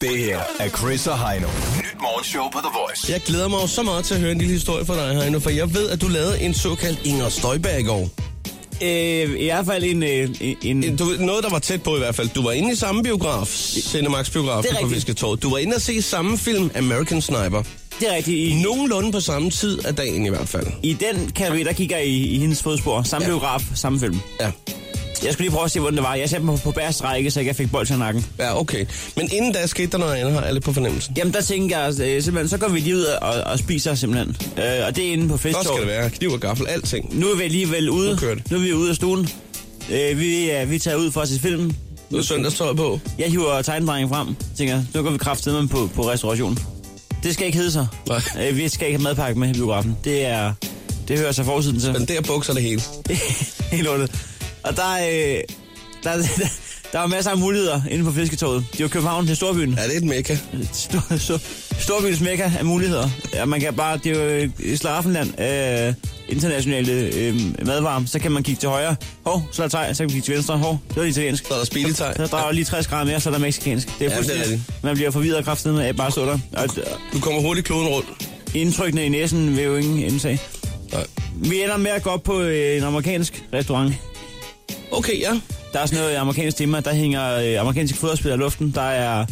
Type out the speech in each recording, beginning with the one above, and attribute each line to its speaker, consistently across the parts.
Speaker 1: Det her er Chris og Heino. Nyt morgenshow på The Voice.
Speaker 2: Jeg glæder mig jo så meget til at høre en lille historie fra dig, Heino, for jeg ved, at du lavede en såkaldt Inger Støjberg i går.
Speaker 3: Øh, I hvert fald en... Øh, en, en
Speaker 2: Du, ved, noget, der var tæt på i hvert fald. Du var inde i samme biograf, Cinemax biograf
Speaker 3: Det er
Speaker 2: på
Speaker 3: rigtigt.
Speaker 2: Fisketorvet. Du var inde og se samme film, American Sniper.
Speaker 3: det er rigtigt. I,
Speaker 2: Nogenlunde på samme tid af dagen i hvert fald.
Speaker 3: I den kategori, der kigger i, i hendes fodspor. Samme
Speaker 2: Ja.
Speaker 3: ja. biograf, samme film.
Speaker 2: Ja.
Speaker 3: Jeg skulle lige prøve at se, hvordan det var. Jeg satte mig på, på bærest række, så jeg ikke fik bold til nakken.
Speaker 2: Ja, okay. Men inden da skete der noget andet, har jeg lidt på fornemmelsen.
Speaker 3: Jamen, der tænker jeg øh, simpelthen, så går vi lige ud og, og spiser simpelthen. Øh, og det er inde på
Speaker 2: Så skal det
Speaker 3: festorvet.
Speaker 2: være. Kniv og gaffel, alting.
Speaker 3: Nu er vi alligevel ude.
Speaker 2: Nu kører det.
Speaker 3: nu er vi ude af stuen. Øh, vi, er, vi tager ud for at se filmen.
Speaker 2: Nu er søndagstøj på.
Speaker 3: Jeg hiver tegnedrengen frem, tænker, nu går vi kraftedeme på, på restauration. Det skal ikke hedde sig.
Speaker 2: Nej.
Speaker 3: Øh, vi skal ikke have madpakke med i biografen. Det er... Det hører sig forsiden til.
Speaker 2: Men der bukser det hele.
Speaker 3: Helt lortet. Og der, øh, der, der, der var masser af muligheder inde på fisketoget. Det er jo København, det er storbyen.
Speaker 2: Ja, det er et mekka.
Speaker 3: Stor, stor, storbyens mekka af muligheder. Ja, man kan bare, det er jo øh, et slaraffenland, øh, internationale øh, madvarer. Så kan man kigge til højre. Hov, så er der thai, så kan man kigge til venstre. Hov, det var italiensk.
Speaker 2: Så er der speedetej.
Speaker 3: Så drejer ja. lige 60 grader mere, så er der mexicansk. Det er
Speaker 2: er
Speaker 3: fuldstændig.
Speaker 2: rigtigt.
Speaker 3: man bliver forvirret kraftigt med at bare stå der. Og øh,
Speaker 2: Du kommer hurtigt kloden rundt.
Speaker 3: indtrykkene i næsen vil jo ingen indsag.
Speaker 2: Nej.
Speaker 3: Vi ender med at gå op på øh, en amerikansk restaurant.
Speaker 2: Okay, ja.
Speaker 3: Der er sådan noget amerikansk tema, der hænger øh, amerikanske foderspil i luften. Der er,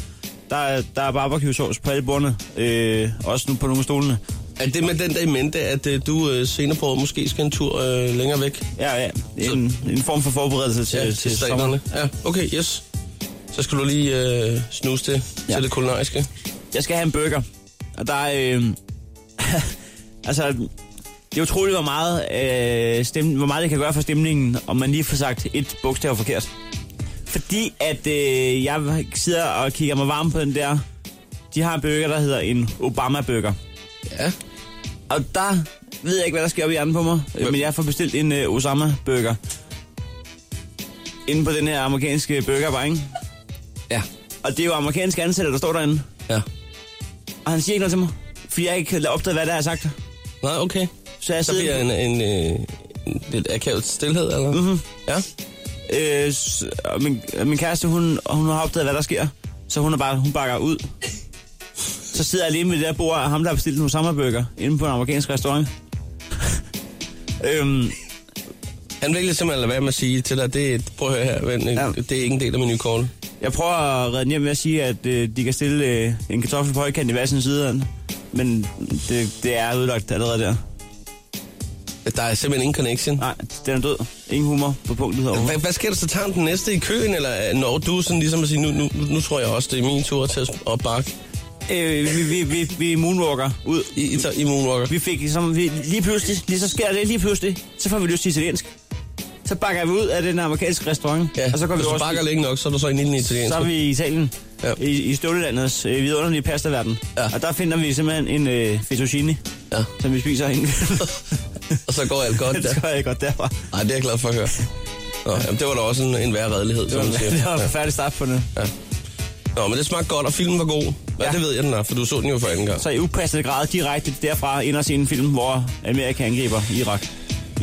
Speaker 3: der er, der er barbecue-sauce på alle bordene, øh, også nu på nogle af stolene.
Speaker 2: Er det med den der i mente, at øh, du øh, senere på året måske skal en tur øh, længere væk?
Speaker 3: Ja, ja, en, en form for forberedelse til,
Speaker 2: Ja, til staterne. Ja, okay, yes. Så skal du lige øh, snuse det ja.
Speaker 3: Ja.
Speaker 2: til det kulinariske.
Speaker 3: Jeg skal have en burger, og der er, øh, altså, det er utroligt, hvor meget, øh, stem, hvor meget det kan gøre for stemningen, om man lige får sagt et bogstav forkert. Fordi at øh, jeg sidder og kigger mig varm på den der. De har en burger, der hedder en Obama-burger.
Speaker 2: Ja.
Speaker 3: Og der ved jeg ikke, hvad der sker op i hjernen på mig, øh, men jeg får bestilt en uh, Osama-burger. Inden på den her amerikanske burgerbar, ikke?
Speaker 2: Ja.
Speaker 3: Og det er jo amerikanske ansatte, der står derinde.
Speaker 2: Ja.
Speaker 3: Og han siger ikke noget til mig, fordi jeg ikke har opdaget, hvad der er jeg har sagt.
Speaker 2: Nej, okay.
Speaker 3: Så jeg
Speaker 2: Så bliver
Speaker 3: sidder...
Speaker 2: en, en, øh, en lidt akavet stillhed, eller? Mm-hmm. Ja.
Speaker 3: Øh, s- og min, og min kæreste, hun, hun har opdaget, hvad der sker. Så hun, er bare, hun bakker ud. Så sidder jeg alene ved det der bord, og ham, der har bestilt nogle sammerbøger inde på en amerikansk restaurant. øhm,
Speaker 2: Han vil simpelthen lade være med at sige til dig, det, er- prøv at høre her, ven, ja.
Speaker 3: Ja.
Speaker 2: det er ikke en del af menukortet.
Speaker 3: Jeg prøver at redde den hjem ved at sige, at øh, de kan stille øh, en kartoffel på højkant i hver sin side af den. Men det, det er udlagt allerede der.
Speaker 2: Der er simpelthen ingen connection.
Speaker 3: Nej, den er død. Ingen humor på punktet herovre.
Speaker 2: Hvad, hvad sker der så? Tager han den næste i køen, eller øh, når du sådan ligesom at sige, nu, nu, nu tror jeg også, det er min tur til at opbakke
Speaker 3: Øh, vi, vi, vi, vi moonwalker ud.
Speaker 2: i, i, i Moonwalker?
Speaker 3: Vi fik som, vi, lige pludselig, lige så sker det lige pludselig, så får vi lyst til italiensk. Så bakker vi ud af den amerikanske restaurant,
Speaker 2: Ja,
Speaker 3: og så går vi
Speaker 2: hvis
Speaker 3: over
Speaker 2: du bakker længe nok, så er du så inde i den italienske.
Speaker 3: så er vi i Italien,
Speaker 2: Ja.
Speaker 3: ja. i, i støvlelandets øh, vidunderlige pastaverden.
Speaker 2: Ja.
Speaker 3: Ja. Og der finder vi simpelthen en øh, fettuccine,
Speaker 2: Ja.
Speaker 3: som vi spiser inden.
Speaker 2: Og så går alt godt
Speaker 3: det
Speaker 2: der.
Speaker 3: tror jeg godt derfra.
Speaker 2: Nej, det er jeg glad for at høre. Nå, jamen, det var da også en, en værre redelighed, som man siger.
Speaker 3: Det var en
Speaker 2: Ja.
Speaker 3: færdig start på det.
Speaker 2: Nå, men det smagte godt, og filmen var god. Ja,
Speaker 3: Ja.
Speaker 2: det ved jeg, den er, for du så den jo for anden gang.
Speaker 3: Så i upassende grad direkte derfra ind og se en film, hvor Amerika angriber Irak.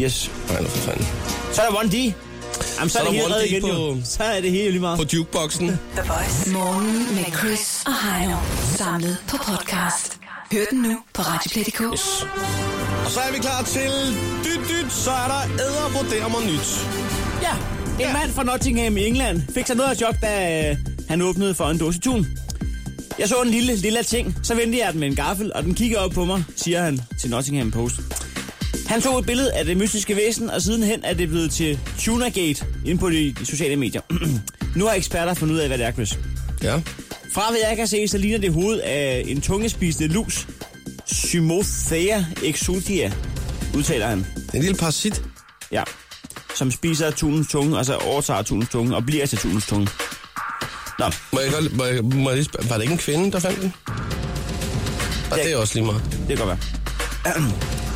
Speaker 3: Yes.
Speaker 2: Nej, nu for fanden.
Speaker 3: Så er der 1D. Jamen, så,
Speaker 2: er
Speaker 3: er
Speaker 2: der
Speaker 3: det hele
Speaker 2: 1D
Speaker 3: reddet igen,
Speaker 2: på-
Speaker 3: jo. Så er det hele lige meget.
Speaker 2: På jukeboxen.
Speaker 4: The Voice.
Speaker 5: Morgen med Chris og Heino. Samlet på podcast. Hør den nu på Radioplay.dk.
Speaker 2: Og så er vi klar til dyt, dyt, så er der æder vurderer mig nyt.
Speaker 3: Ja, en ja. mand fra Nottingham i England fik sig noget af chok, da øh, han åbnede for en dåse tun. Jeg så en lille, lille ting, så vendte jeg den med en gaffel, og den kiggede op på mig, siger han til Nottingham Post. Han tog et billede af det mystiske væsen, og sidenhen er det blevet til Tunagate inde på de sociale medier. nu har eksperter fundet ud af, hvad det er, Chris.
Speaker 2: Ja.
Speaker 3: Fra hvad jeg kan se, så ligner det hovedet af en tungespisende lus. Symothea exultia, udtaler han.
Speaker 2: En lille parasit.
Speaker 3: Ja. Som spiser tunens tunge, og så overtager tunens tunge, og bliver til tunens tunge. Nå,
Speaker 2: Må jeg godt, må jeg, må jeg lige spørge, var det ikke en kvinde, der fandt den? Og det er også lige meget.
Speaker 3: det kan godt være.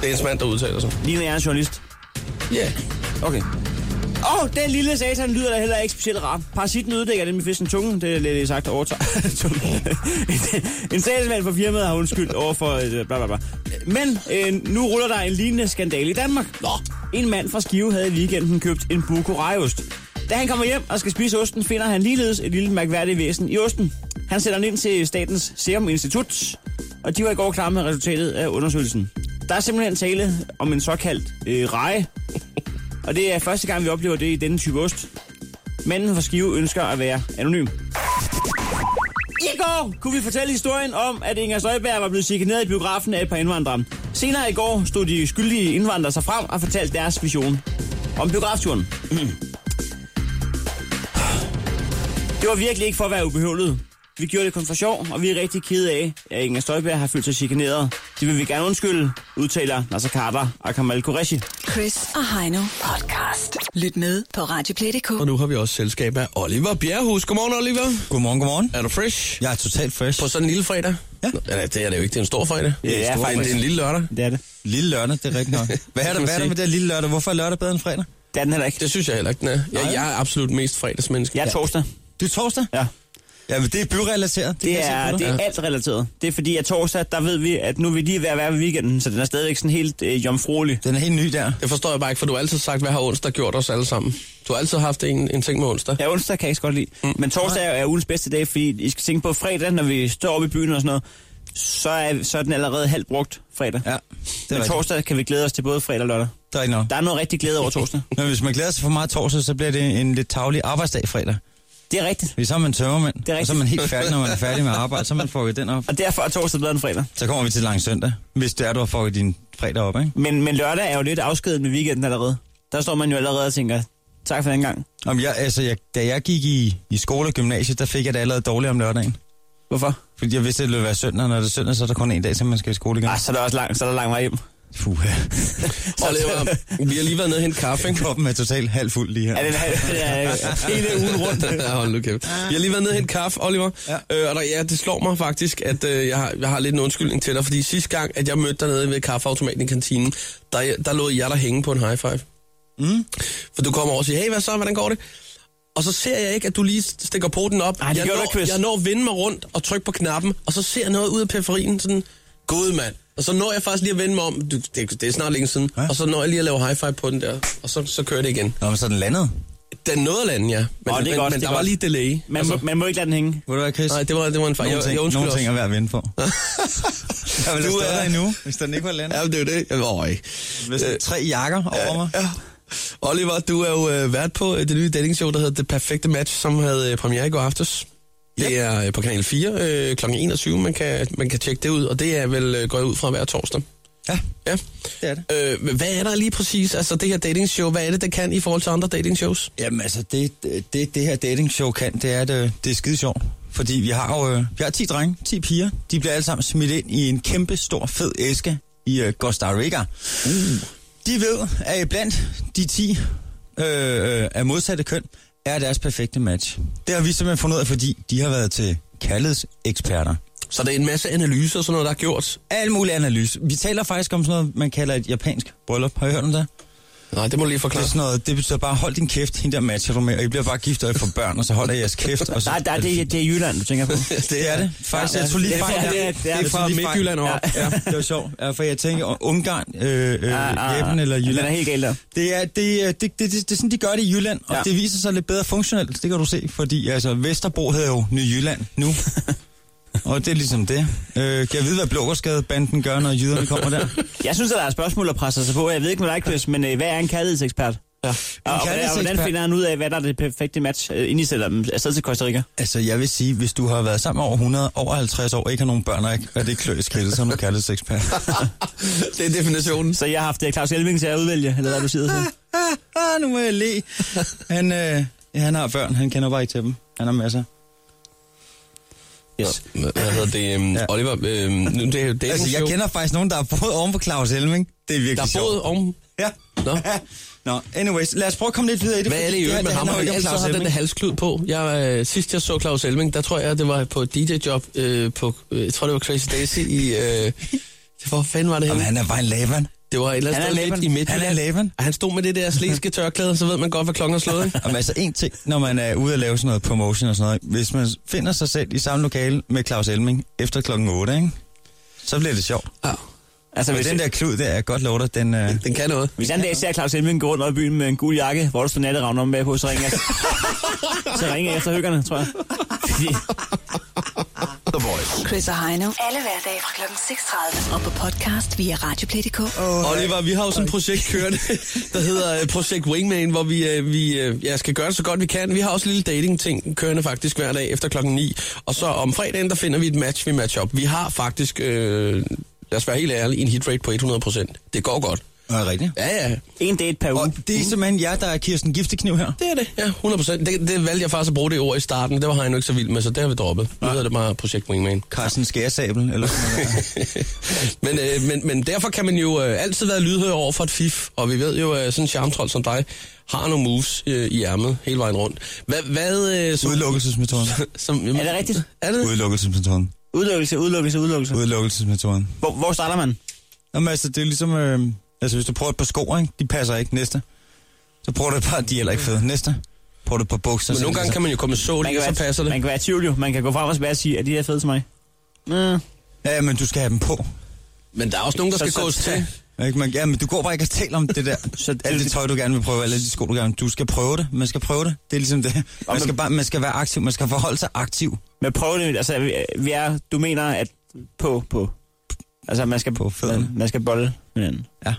Speaker 2: Det er ens mand, der udtaler sig.
Speaker 3: Ligner jeg er en journalist?
Speaker 2: Ja. Yeah.
Speaker 3: Okay. Åh, oh, den lille satan lyder da heller ikke specielt rar. Parasitten uddækker nemlig fisken tungen, det er lidt sagt overtager tungen. En- en salgsmand fra firmaet har undskyldt over for øh, bla bla bla. Men øh, nu ruller der en lignende skandale i Danmark. Nå. En mand fra Skive havde i weekenden købt en bukorejost. Da han kommer hjem og skal spise osten, finder han ligeledes et lille mærkværdigt væsen i osten. Han sender den ind til Statens Serum Institut, og de var i går klar med resultatet af undersøgelsen. Der er simpelthen tale om en såkaldt øh, reje, og det er første gang, vi oplever det i denne type ost. Manden fra Skive ønsker at være anonym. I går kunne vi fortælle historien om, at Inger Støjberg var blevet chikaneret i biografen af et par indvandrere. Senere i går stod de skyldige indvandrere sig frem og fortalte deres vision om biografturen. Det var virkelig ikke for at være ubehøvlet. Vi gjorde det kun for sjov, og vi er rigtig kede af, at Inger Støjberg har følt sig chikaneret. Det vil vi gerne undskylde, udtaler Nasser Carter og Kamal Qureshi.
Speaker 5: Chris og Heino podcast. Lyt med på Radioplay.dk.
Speaker 2: Og nu har vi også selskab af Oliver Bjerghus. Godmorgen, Oliver.
Speaker 4: Godmorgen, godmorgen.
Speaker 2: Er du fresh?
Speaker 4: Jeg er totalt fresh.
Speaker 2: På sådan en lille fredag?
Speaker 4: Ja.
Speaker 2: Nå, eller, det er det jo ikke. Det er en stor fredag.
Speaker 3: Ja,
Speaker 2: det er,
Speaker 3: stor
Speaker 2: en, det er en lille lørdag.
Speaker 3: Det er det.
Speaker 4: Lille lørdag, det er rigtigt nok. Hvad er der, hvad er der med det her lille lørdag? Hvorfor er lørdag bedre end fredag?
Speaker 3: Det er den heller ikke.
Speaker 2: Det synes jeg heller ikke, den er. Jeg, jeg er absolut mest fredagsmenneske.
Speaker 3: Jeg er torsdag.
Speaker 4: Det er torsdag?
Speaker 3: Ja.
Speaker 4: Jamen, det er byrelateret. Det, kan
Speaker 3: Det
Speaker 4: jeg se på
Speaker 3: er,
Speaker 4: dig.
Speaker 3: det er alt relateret. Det er fordi, at torsdag, der ved vi, at nu vil lige være hver weekenden, så den er stadigvæk sådan helt øh, jomfruelig.
Speaker 4: Den er helt ny der.
Speaker 2: Det forstår jeg bare ikke, for du har altid sagt, hvad har onsdag gjort os alle sammen. Du har altid haft en, en ting med onsdag.
Speaker 3: Ja, onsdag kan jeg ikke så godt lide. Mm. Men torsdag er, er ugens bedste dag, fordi I skal tænke på fredag, når vi står oppe i byen og sådan noget, så er, så er den allerede halvt brugt fredag.
Speaker 4: Ja, det er
Speaker 3: Men
Speaker 4: rigtigt.
Speaker 3: torsdag kan vi glæde os til både fredag og lørdag.
Speaker 4: Det er ikke nok.
Speaker 3: Der er noget rigtig glæde over torsdag.
Speaker 4: Men hvis man glæder sig for meget torsdag, så bliver det en lidt tavlig arbejdsdag fredag.
Speaker 3: Det er rigtigt.
Speaker 4: Fordi så er man tømmermand,
Speaker 3: er
Speaker 4: og så er
Speaker 3: rigtigt.
Speaker 4: man helt færdig, når man er færdig med arbejde, så er man fucket den op.
Speaker 3: Og derfor er torsdag bedre end fredag.
Speaker 4: Så kommer vi til lang søndag, hvis det er, du har fucket din fredag op, ikke?
Speaker 3: Men, men lørdag er jo lidt afskedet med weekenden allerede. Der står man jo allerede og tænker, tak for den gang.
Speaker 4: Om jeg, altså, jeg, da jeg gik i, i skole og gymnasiet, der fik jeg det allerede dårligt om lørdagen.
Speaker 3: Hvorfor?
Speaker 4: Fordi jeg vidste, at det ville være søndag, og når det er søndag, så er der kun en dag, til man skal i skole igen.
Speaker 3: Ah, så er der også lang, så er der lang vej hjem.
Speaker 4: Fuh, ja.
Speaker 2: Oliver, vi har lige været nede og hente kaffe, ikke?
Speaker 4: Koppen er totalt halvfuld lige her.
Speaker 3: Ja, den er, ja, hele ugen rundt.
Speaker 2: ja, hold nu kæft. Jeg har lige været nede og hente kaffe, Oliver. Ja.
Speaker 4: Ja.
Speaker 2: Øh, og der, ja, det slår mig faktisk, at øh, jeg, har, jeg har lidt en undskyldning til dig, fordi sidste gang, at jeg mødte dig nede ved kaffeautomaten i kantinen, der, der lod jeg dig hænge på en high five. Mm. For du kommer over og siger, hey, hvad så, hvordan går det? Og så ser jeg ikke, at du lige stikker poten op.
Speaker 3: det
Speaker 2: jeg,
Speaker 3: gjorde
Speaker 2: når,
Speaker 3: du, Chris.
Speaker 2: jeg når at vende mig rundt og trykke på knappen, og så ser jeg noget ud af periferien, sådan, god mand. Og så når jeg faktisk lige at vende mig om, du, det, det er snart længe siden, ja.
Speaker 4: Ja.
Speaker 2: og så når jeg lige at lave high five på den der, og så, så kører det igen.
Speaker 4: Nå, men så er den landet.
Speaker 2: Den nåede at lande, ja. Men,
Speaker 3: Nå, det er
Speaker 2: men,
Speaker 3: godt,
Speaker 2: men
Speaker 3: det
Speaker 2: der
Speaker 3: er
Speaker 2: var
Speaker 3: godt.
Speaker 2: lige delay.
Speaker 3: Man, altså, må, man må ikke lade den hænge.
Speaker 4: Ved du hvad, Chris?
Speaker 2: Nej, det var, det var en fejl.
Speaker 4: nogle
Speaker 2: Jeg,
Speaker 4: ting,
Speaker 2: jeg
Speaker 4: jeg
Speaker 2: undskylder
Speaker 4: nogle ting er
Speaker 2: også.
Speaker 4: værd at vende på. jeg ville
Speaker 2: Du
Speaker 4: have stået
Speaker 2: er-
Speaker 4: der endnu, hvis den ikke var landet.
Speaker 2: Ja, men det er jo det. Jeg var ikke.
Speaker 4: Hvis der er tre jakker over mig.
Speaker 2: Ja. Oliver, du er jo øh, vært på øh, det nye datingshow, der hedder Det Perfekte Match, som havde øh, premiere i går aftes. Det er øh, på kanal 4 øh, kl. 21, man kan, man kan tjekke det ud, og det er vel øh, går jeg ud fra hver torsdag.
Speaker 4: Ja,
Speaker 2: Ja.
Speaker 4: det er det.
Speaker 2: Øh, men hvad er der lige præcis, altså det her datingshow, hvad er det, det kan i forhold til andre datingshows?
Speaker 4: Jamen altså, det, det, det her datingshow kan, det er, at øh, det er skide sjovt. Fordi vi har jo øh, vi har 10 drenge, 10 piger. De bliver alle sammen smidt ind i en kæmpe, stor, fed æske i øh, Costa Rica. Mm. De ved, at blandt de 10 øh, øh, af modsatte køn, er deres perfekte match. Det har vi simpelthen fundet ud af, fordi de har været til kaldets eksperter.
Speaker 2: Så det er en masse analyser og sådan noget, der er gjort.
Speaker 4: Al mulig analyse. Vi taler faktisk om sådan noget, man kalder et japansk bryllup. Har I hørt om det?
Speaker 2: Nej, det må du lige
Speaker 4: Det
Speaker 2: forklare.
Speaker 4: er sådan noget, det betyder bare, hold din kæft, hende der matcher du med, og I bliver bare gift, og I får børn, og så holder I jeres kæft. Og så,
Speaker 3: Der, der, det, det er Jylland, du tænker på.
Speaker 4: det er det. Faktisk,
Speaker 3: Ja,
Speaker 4: jeg tog lige
Speaker 3: det er-
Speaker 4: fejl.
Speaker 3: det er- det er-
Speaker 4: det er
Speaker 2: fra
Speaker 4: fra
Speaker 2: Midtjylland
Speaker 4: Midtjylland
Speaker 2: og
Speaker 4: op.
Speaker 2: op.
Speaker 4: Ja, det var sjovt, ja, for jeg tænker, og Ungarn, øh, øh, Japan eller
Speaker 3: Ah, Den er
Speaker 4: Jylland.
Speaker 3: helt galt der.
Speaker 4: Det er, det, er- det, det, det, det, er sådan, de gør det i Jylland, og
Speaker 3: Ja.
Speaker 4: ja. det viser sig lidt bedre funktionelt, det kan du se, fordi altså, Vesterbro hedder jo Ny Jylland nu. og det er ligesom det. Øh, kan jeg vide, hvad Blågårdsgadebanden gør, når jyderne kommer der?
Speaker 3: Jeg synes, at der er spørgsmål, der presser sig på. Jeg ved ikke med dig, Chris, men øh, hvad er en kærlighedsekspert? Ja. Og, og, hvordan, og hvordan
Speaker 4: kærlighedsekspert?
Speaker 3: finder han ud af, hvad der er det perfekte match, øh, inden I sætter dem afsted til Costa Rica?
Speaker 4: Altså, jeg vil sige, hvis du har været sammen over 100, over 50 år, og ikke har nogen børn, og ikke og det klør i skridtet, så er du kærlighedsekspert.
Speaker 2: det er definitionen.
Speaker 3: Så jeg har haft øh, Claus Elving til at udvælge, eller hvad du siger. Så.
Speaker 4: ah, ah, nu må jeg le. Han, øh, han har børn, han kender bare ikke til dem. Han har masser.
Speaker 2: Yes. Hvad hedder det? Øhm, ja.
Speaker 4: Ja.
Speaker 2: Oliver, øhm, nu, det er jo datingshow.
Speaker 4: Altså, jeg kender faktisk nogen, der har boet oven på Claus Helming. Det er virkelig
Speaker 2: Der er
Speaker 4: sjovt.
Speaker 2: både om...
Speaker 4: Ja.
Speaker 2: Nå.
Speaker 4: Nå, anyways, lad os prøve at komme lidt videre i det.
Speaker 2: Hvad er det
Speaker 4: fordi
Speaker 2: i øvrigt
Speaker 4: her,
Speaker 2: med ham?
Speaker 4: handler jo
Speaker 2: Han
Speaker 4: ikke om
Speaker 2: altid
Speaker 4: Claus
Speaker 2: har den der
Speaker 4: Elming.
Speaker 2: halsklud på. Jeg, øh, sidst jeg så Claus Elming, der tror jeg, det var på et DJ-job øh, på... Øh, jeg tror, det var Crazy Daisy i... Øh, hvor fanden var det
Speaker 4: Jamen,
Speaker 2: henne?
Speaker 4: han er bare en laban.
Speaker 2: Det var et eller andet
Speaker 3: Han
Speaker 2: sted
Speaker 3: er læben.
Speaker 2: midt i Midtjylland.
Speaker 4: Han er læben.
Speaker 2: Og han stod med det der slæske tørklæde, så ved man godt, hvad klokken er slået. ikke?
Speaker 4: Jamen, altså, en ting, når man er ude at lave sådan noget promotion og sådan noget. Hvis man finder sig selv i samme lokale med Claus Elming efter klokken 8, ikke? så bliver det sjovt.
Speaker 2: Ja,
Speaker 3: Altså,
Speaker 4: Men
Speaker 3: hvis,
Speaker 4: den der klud der, jeg godt lov dig, den... Øh...
Speaker 2: den kan noget.
Speaker 3: hvis jeg en dag ser Claus Elving gå rundt op i byen med en gul jakke, hvor der står natteravn om bagpå, så ringer jeg, så ringer jeg efter høggerne, tror jeg. Fordi,
Speaker 1: Voice.
Speaker 5: Chris og Heino. Alle hverdage fra kl. 6.30. Og på podcast via Radioplay.dk.
Speaker 2: Oh, Oliver, vi har jo sådan et projekt kørende, der hedder øh, Projekt Wingman, hvor vi, øh, vi øh, ja, skal gøre det så godt vi kan. Vi har også en lille dating-ting kørende faktisk hver dag efter klokken 9. Og så om fredagen, der finder vi et match, vi matcher op. Vi har faktisk, øh, lad os være helt ærlige, en hitrate på 100%. Det går godt.
Speaker 4: Er det rigtigt?
Speaker 2: Ja, ja.
Speaker 3: En date per uge.
Speaker 4: Og det er simpelthen jer, der er Kirsten Giftekniv her.
Speaker 2: Det er det, ja, 100%. Det, det valgte jeg faktisk at bruge det ord i starten. Det var han jo ikke så vild med, så det har vi droppet. Nu hedder det bare Projekt Wingman.
Speaker 4: Carsten Skæresabel, eller sådan noget.
Speaker 2: men, øh, men, men derfor kan man jo øh, altid være lydhør over for et fif, og vi ved jo, at sådan en charmtrold som dig har nogle moves øh, i ærmet hele vejen rundt. Hvad, hvad øh, som,
Speaker 4: Udelukkelsesmetoden.
Speaker 2: som, jamen,
Speaker 3: Er det rigtigt?
Speaker 2: Er det?
Speaker 4: Udelukkelsesmetoden.
Speaker 3: Udelukkelse, udelukkelse, udelukkelse.
Speaker 4: Udelukkelsesmetoden.
Speaker 3: Hvor, hvor starter man?
Speaker 4: Jamen altså, det er ligesom... Øh, altså, hvis du prøver et par sko, ikke? de passer ikke. Næste. Så prøver du et par, de er heller ikke fede. Næste. Prøver du et par bukser.
Speaker 2: Men nogle gange kan man jo komme med sål,
Speaker 3: Man
Speaker 2: i, og så
Speaker 3: være,
Speaker 2: passer det.
Speaker 3: Man kan være i tvivl jo. Man kan gå frem og spørge og sige, er de her fede til mig?
Speaker 4: man... Ja, men du skal have dem på.
Speaker 2: Men der er også nogen, der
Speaker 3: Så-
Speaker 2: skal
Speaker 3: så
Speaker 2: gås
Speaker 3: tag-
Speaker 2: til.
Speaker 4: Ikke? Man, ja, men du går bare ikke og taler om det der. Så alt det tøj, du gerne vil prøve, alle de sko, du gerne vil. Du skal prøve det. Man skal prøve det. Det er ligesom det. Man skal, bare, man skal være aktiv. Man skal forholde sig aktiv.
Speaker 3: Men prøv det, altså, vi- vi er, du mener, at på, på, altså, man skal,
Speaker 4: På fødderne.
Speaker 3: man, man skal bolle hinanden.
Speaker 4: Ja.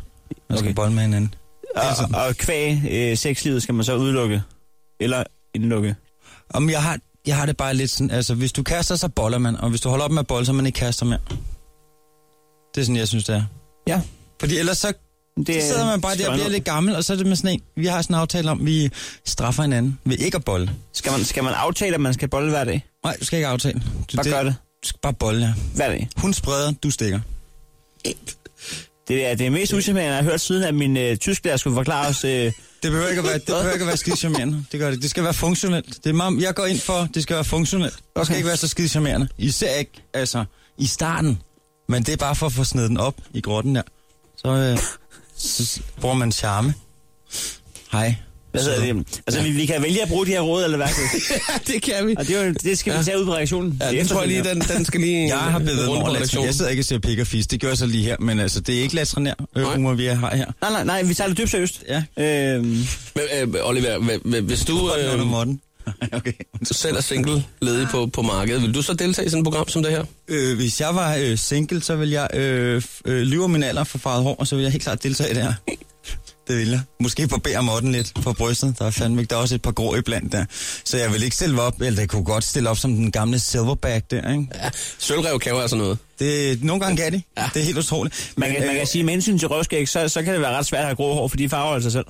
Speaker 4: Man skal
Speaker 3: Okay. Ah,
Speaker 4: okay. bolle med hinanden. Altså, Hele tiden.
Speaker 3: Og, og kvæg øh, sexlivet skal man så udelukke, eller indlukke.
Speaker 4: Om jeg har, jeg har det bare lidt sådan, altså hvis du kaster, så boller man, og hvis du holder op med at bolle, så er man ikke kaster mere. Det er sådan, jeg synes, det er.
Speaker 3: Ja.
Speaker 4: Fordi ellers så,
Speaker 3: Det
Speaker 4: så sidder man bare der og bliver lidt gammel, og så er det med sådan en, vi har sådan en aftale om, vi straffer hinanden ved ikke at bolle.
Speaker 3: Skal man, skal man aftale, at man skal bolle hver dag?
Speaker 4: Nej, du skal ikke aftale. Du,
Speaker 3: Bare gør det.
Speaker 4: Du skal bare bolle, ja.
Speaker 3: Hver dag.
Speaker 4: Hun spreder, du stikker.
Speaker 3: Det er det mest usædvanlige, jeg har hørt siden, at min øh, tysklærer skulle forklare os... Øh,
Speaker 4: Det behøver ikke at være, det behøver ikke at være skide charmerende. Det gør det. Det skal være funktionelt. Det er meget, jeg går ind for, det skal være funktionelt. Det skal ikke være så skide charmerende. Især ikke, altså, i starten. Men det er bare for at få snedet den op i grotten der. Så, øh, så s- bruger man charme. Hej.
Speaker 3: hvad hedder det? Altså, vi, vi kan vælge at bruge de her råd eller værktøj.
Speaker 2: ja, det kan vi.
Speaker 3: Og det, er jo, det skal vi tage ud på reaktionen.
Speaker 2: Ja, den tror jeg lige, den, den skal lige...
Speaker 4: Jeg har bevæget mig
Speaker 2: rundt
Speaker 4: over
Speaker 2: på
Speaker 4: latrin. Jeg
Speaker 2: redaktionen.
Speaker 4: sidder ikke og ser pik og fis. Det gør jeg så lige her. Men altså, det er ikke latrinær øh,
Speaker 2: Nej.
Speaker 4: humor, vi har her.
Speaker 3: Nej, nej, nej, vi tager det dybt seriøst.
Speaker 4: Ja.
Speaker 3: Øhm,
Speaker 2: Men, øh, Oliver, hva- hva- hvis du
Speaker 4: Hånden under
Speaker 2: øh,
Speaker 4: måtten. okay.
Speaker 2: selv er single ledig på, på markedet, vil du så deltage i sådan et program som det her?
Speaker 4: Øh, hvis jeg var øh, single, så ville jeg øh, f- øh, lyve om min alder for farvet hår, og så ville jeg helt klart deltage i det her. Det vil jeg. Måske barbere Morten lidt på brystet. Der er fandme ikke. Der er også et par grå iblandt der. Så jeg vil ikke stille op, eller jeg kunne godt stille op som den gamle silverback der, ikke?
Speaker 2: Ja, sølvrev kan jo altså noget.
Speaker 4: Det, nogle gange kan det. Ja. Det er helt utroligt.
Speaker 3: man, kan, man kan sige, at med hensyn til røvskæg, så, så kan det være ret svært at have grå hår, for de farver altså selv.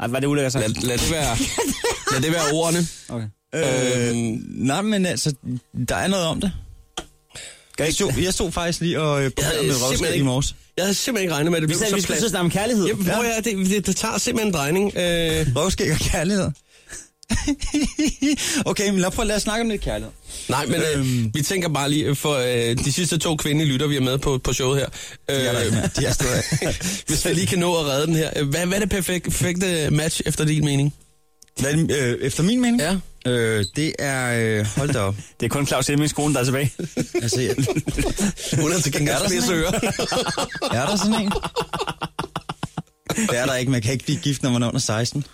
Speaker 3: Ej, var det ulækkert sagt?
Speaker 2: Lad, lad, det være, lad det være ordene. Øhm.
Speaker 3: Okay.
Speaker 4: Øh, nej, men altså, der er noget om det. Jeg stod, jeg stod faktisk lige og øh,
Speaker 2: Jeg havde,
Speaker 4: barberede mit røvskæg
Speaker 2: simpelthen
Speaker 4: i
Speaker 2: ikke,
Speaker 4: morges.
Speaker 2: jeg havde simpelthen ikke regnet med, at det
Speaker 3: Vi,
Speaker 2: blev
Speaker 3: sagde, vi
Speaker 2: så
Speaker 3: skulle
Speaker 2: plads.
Speaker 3: til at snakke om kærlighed.
Speaker 2: Jamen, prøv at, det, det, det tager simpelthen en drejning. Øh,
Speaker 4: Røvskæg og kærlighed. okay, men lad, prøv, lad os snakke om lidt kærlighed.
Speaker 2: nej, men
Speaker 4: Øhm.
Speaker 2: øh, vi tænker bare lige, øh, for øh, de sidste to kvindelige lytter, vi er med på, på showet her. øh,
Speaker 4: De er der ikke mere. De er stadig.
Speaker 2: hvis vi lige kan nå at redde den her. Øh, Hvad, hvad er det perfek- perfekte match efter din mening?
Speaker 4: Hvad, er det, øh, efter min mening?
Speaker 2: Ja.
Speaker 4: Øh, det er... Øh, hold da op.
Speaker 3: Det er kun Claus Hemmings kone, der er tilbage.
Speaker 4: altså, jeg,
Speaker 2: Hun er til gengæld
Speaker 4: sådan
Speaker 2: spidse
Speaker 4: en?
Speaker 2: ører.
Speaker 4: er der sådan en? Det er der ikke. Man kan ikke blive gift, når man er under 16.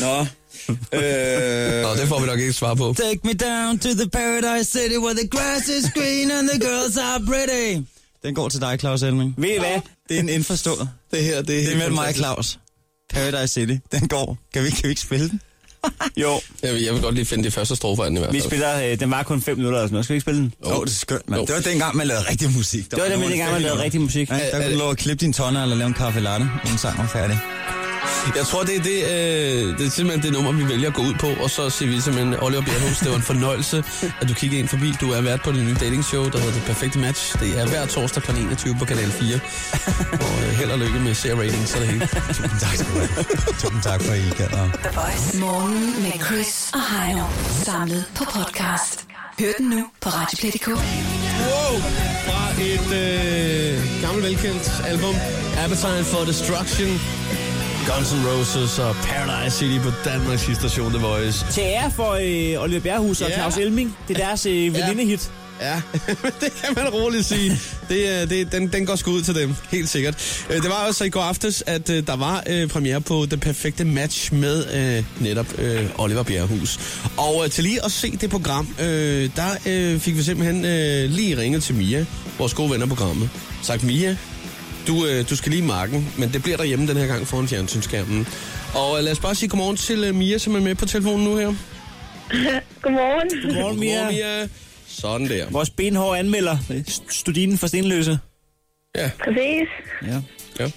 Speaker 4: Nå. Øh,
Speaker 2: Nå, det får vi nok ikke svar på.
Speaker 4: Take me down to the paradise city where the grass is green and the girls are pretty. Den går til dig, Claus Elming.
Speaker 3: Ved I hvad?
Speaker 4: Det er en indforstået.
Speaker 2: Det her, det
Speaker 4: Det er mellem mig og
Speaker 2: fantastisk.
Speaker 4: Claus. Paradise City. Den går. Kan vi, kan vi ikke spille den?
Speaker 3: Jo,
Speaker 2: Jeg vil, jeg vil godt lige finde de første strofer af den i hvert
Speaker 3: vi
Speaker 2: fald.
Speaker 3: spiller, øh, den var kun 5 minutter eller sådan noget. Skal vi ikke spille den?
Speaker 4: Åh, oh, det er skønt, mand.
Speaker 2: Jo.
Speaker 4: Det var dengang, man lavede rigtig musik.
Speaker 3: Det var det med dengang, man lavede rigtig musik. Øh,
Speaker 4: Ja, der kunne du lov at klippe din tonner eller lave en kaffe latte. En sang var færdig.
Speaker 2: Jeg tror, det er, det, øh, det er simpelthen det nummer, vi vælger at gå ud på, og så siger vi simpelthen, Oliver Bjerghus, det var en fornøjelse, at du kiggede ind forbi. Du er vært på det nye datingshow, der hedder Det Perfekte Match. Det er hver torsdag kl. 21 på Kanal 4. Og øh, held og lykke med ser ratings og det hele.
Speaker 4: Tusind tak skal du have. Tusind tak for, at I gad. at-
Speaker 5: The Voice. Morgen med Chris og Heino. Samlet på podcast. Hør den nu på Radioplay.dk.
Speaker 2: Wow! Fra et øh, gammelt velkendt album, Appetite for Destruction. Guns N' Roses og Paradise City på Danmarks station The Voice.
Speaker 3: Til ære for øh, Oliver Bjerghus og
Speaker 2: Ja.
Speaker 3: Claus Elming. Det er deres øh, venindehit.
Speaker 2: Ja, det kan man roligt sige. Det, øh, det, den, den går sgu ud til dem, helt sikkert. Øh, Det var også i går aftes, at øh, der var øh, premiere på Den Perfekte Match med øh, netop øh, Oliver Bjerrehus. Og øh, til lige at se det program, øh, der øh, fik vi simpelthen øh, lige ringet til Mia, vores gode venner programmet. Sagt, Mia, du, øh, du skal lige i marken, men det bliver derhjemme den her gang foran fjernsynsskærmen. Og øh, lad os bare sige godmorgen til øh, Mia, som er med på telefonen nu her.
Speaker 6: Godmorgen.
Speaker 3: Godmorgen, Mia.
Speaker 2: Mia. Sådan der.
Speaker 3: Vores benhård anmelder øh, st- studinen for Stenløse.
Speaker 2: Ja,
Speaker 6: Præcis.
Speaker 3: Ja.
Speaker 2: ja.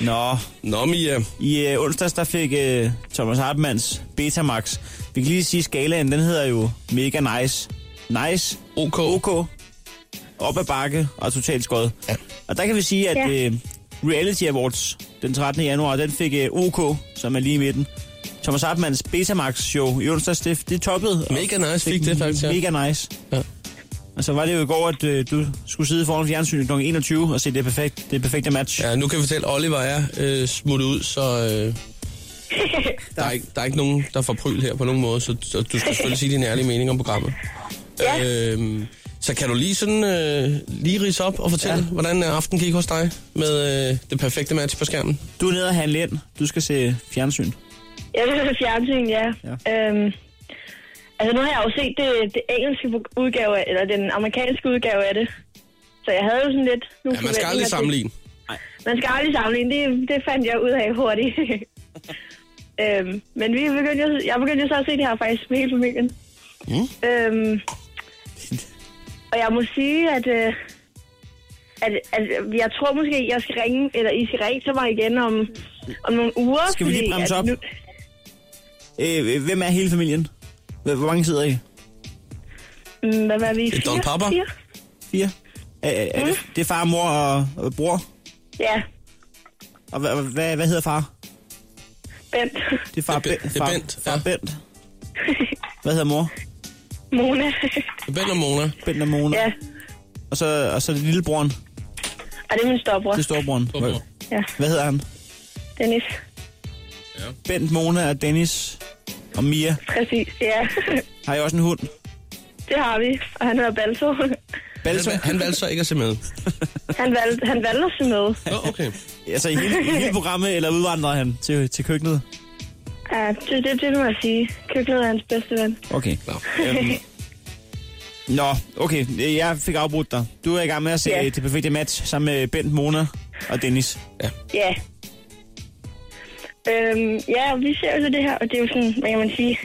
Speaker 3: Nå,
Speaker 2: Nå, Mia.
Speaker 3: i øh, onsdags der fik øh, Thomas Hartmanns Betamax. Vi kan lige sige, skalaen den hedder jo mega nice. Nice,
Speaker 2: OK.
Speaker 3: OK, op ad bakke og totalt skåd. Ja. Og der kan vi sige, at
Speaker 6: Ja.
Speaker 3: ja. øh, Reality Awards den 13. januar, den fik øh, OK, som er lige i midten. Thomas Hartmanns Betamax show i onsdags, det, det toppede. og
Speaker 2: Mega nice fik det faktisk, ja.
Speaker 3: Mega nice.
Speaker 2: Ja.
Speaker 3: Og så var det jo i går, at øh, du skulle sidde foran fjernsynet kl. 21 og se det perfekte, det perfekte match.
Speaker 2: Ja, nu kan jeg fortælle, at Oliver er øh, smuttet ud, så øh, der, er ikke, der er ikke nogen, der får pryl her på nogen måde, så, så du skal selvfølgelig sige din ærlige mening om programmet.
Speaker 6: Ja.
Speaker 2: Øh, så kan du lige sådan øh, lige rise op og fortælle, ja. hvordan øh, aftenen gik hos dig med øh, det perfekte match på skærmen?
Speaker 3: Du er nede og handle ind. Du skal se fjernsyn.
Speaker 6: Jeg vil have fjernsyn, ja.
Speaker 3: Ja.
Speaker 6: ja. Øhm, altså nu har jeg jo set det, det engelske udgave, af- eller den amerikanske udgave af det. Så jeg havde jo sådan lidt... Nu
Speaker 2: Ja, man skal aldrig sammenligne.
Speaker 6: Man skal aldrig sammenligne, det, det fandt jeg ud af hurtigt. øhm, men vi begyndte, jo- jeg begyndte jo så at se det her faktisk med hele familien.
Speaker 2: Mm.
Speaker 6: Øhm, og jeg må sige, at, øh, at, at jeg tror måske, jeg skal ringe, eller I skal ringe til mig igen om, om nogle uger.
Speaker 3: Skal vi lige
Speaker 6: fordi
Speaker 3: bremse
Speaker 6: at
Speaker 3: op? Øh, øh, hvem er hele familien? Hvor hvor mange sidder I?
Speaker 6: Mm, hvad var vi?
Speaker 2: Et Don
Speaker 6: Fire?
Speaker 2: Papa?
Speaker 6: Fire?
Speaker 3: Fire? Øh, øh, er det, det er far, mor og, og bror.
Speaker 6: Ja,
Speaker 3: Og hvad, hvad, hvad hedder far?
Speaker 6: Bent.
Speaker 3: Det er far,
Speaker 2: Det er Ben-
Speaker 3: Ben-
Speaker 2: det er
Speaker 3: far,
Speaker 2: Bent,
Speaker 3: Far
Speaker 2: ja.
Speaker 3: Bent. Hvad hedder mor?
Speaker 6: Mona.
Speaker 2: Ben og Mona.
Speaker 3: Bent og Mona.
Speaker 6: ja,
Speaker 3: Og, så, og så er det lillebroren.
Speaker 6: og det er min storebror.
Speaker 3: Det er storebroren.
Speaker 2: Storebror.
Speaker 6: Ja,
Speaker 3: Hvad hedder han?
Speaker 6: Dennis.
Speaker 3: Bent, Mona og Dennis og Mia.
Speaker 6: Præcis, ja.
Speaker 3: Har I også en hund?
Speaker 6: det har vi, og han hedder Balso.
Speaker 3: Balso?
Speaker 2: Han, han valgte så ikke at se med.
Speaker 6: han, valgte, han valgte at se med.
Speaker 2: Nå, okay.
Speaker 3: Altså i hele, i hele programmet, eller udvandrer han til, til køkkenet?
Speaker 6: Ja, det, det, det må jeg sige. Køkkenet er hans bedste ven.
Speaker 3: Okay.
Speaker 2: Nå.
Speaker 3: Øhm, Nå, okay. øh, Jeg fik afbrudt dig. Du er i gang med at se
Speaker 6: Ja.
Speaker 3: yeah. det perfekte match sammen med Bent, Mona og Dennis.
Speaker 6: Ja. Øhm, ja, og vi ser jo så det her, og det er jo sådan, hvad kan man sige...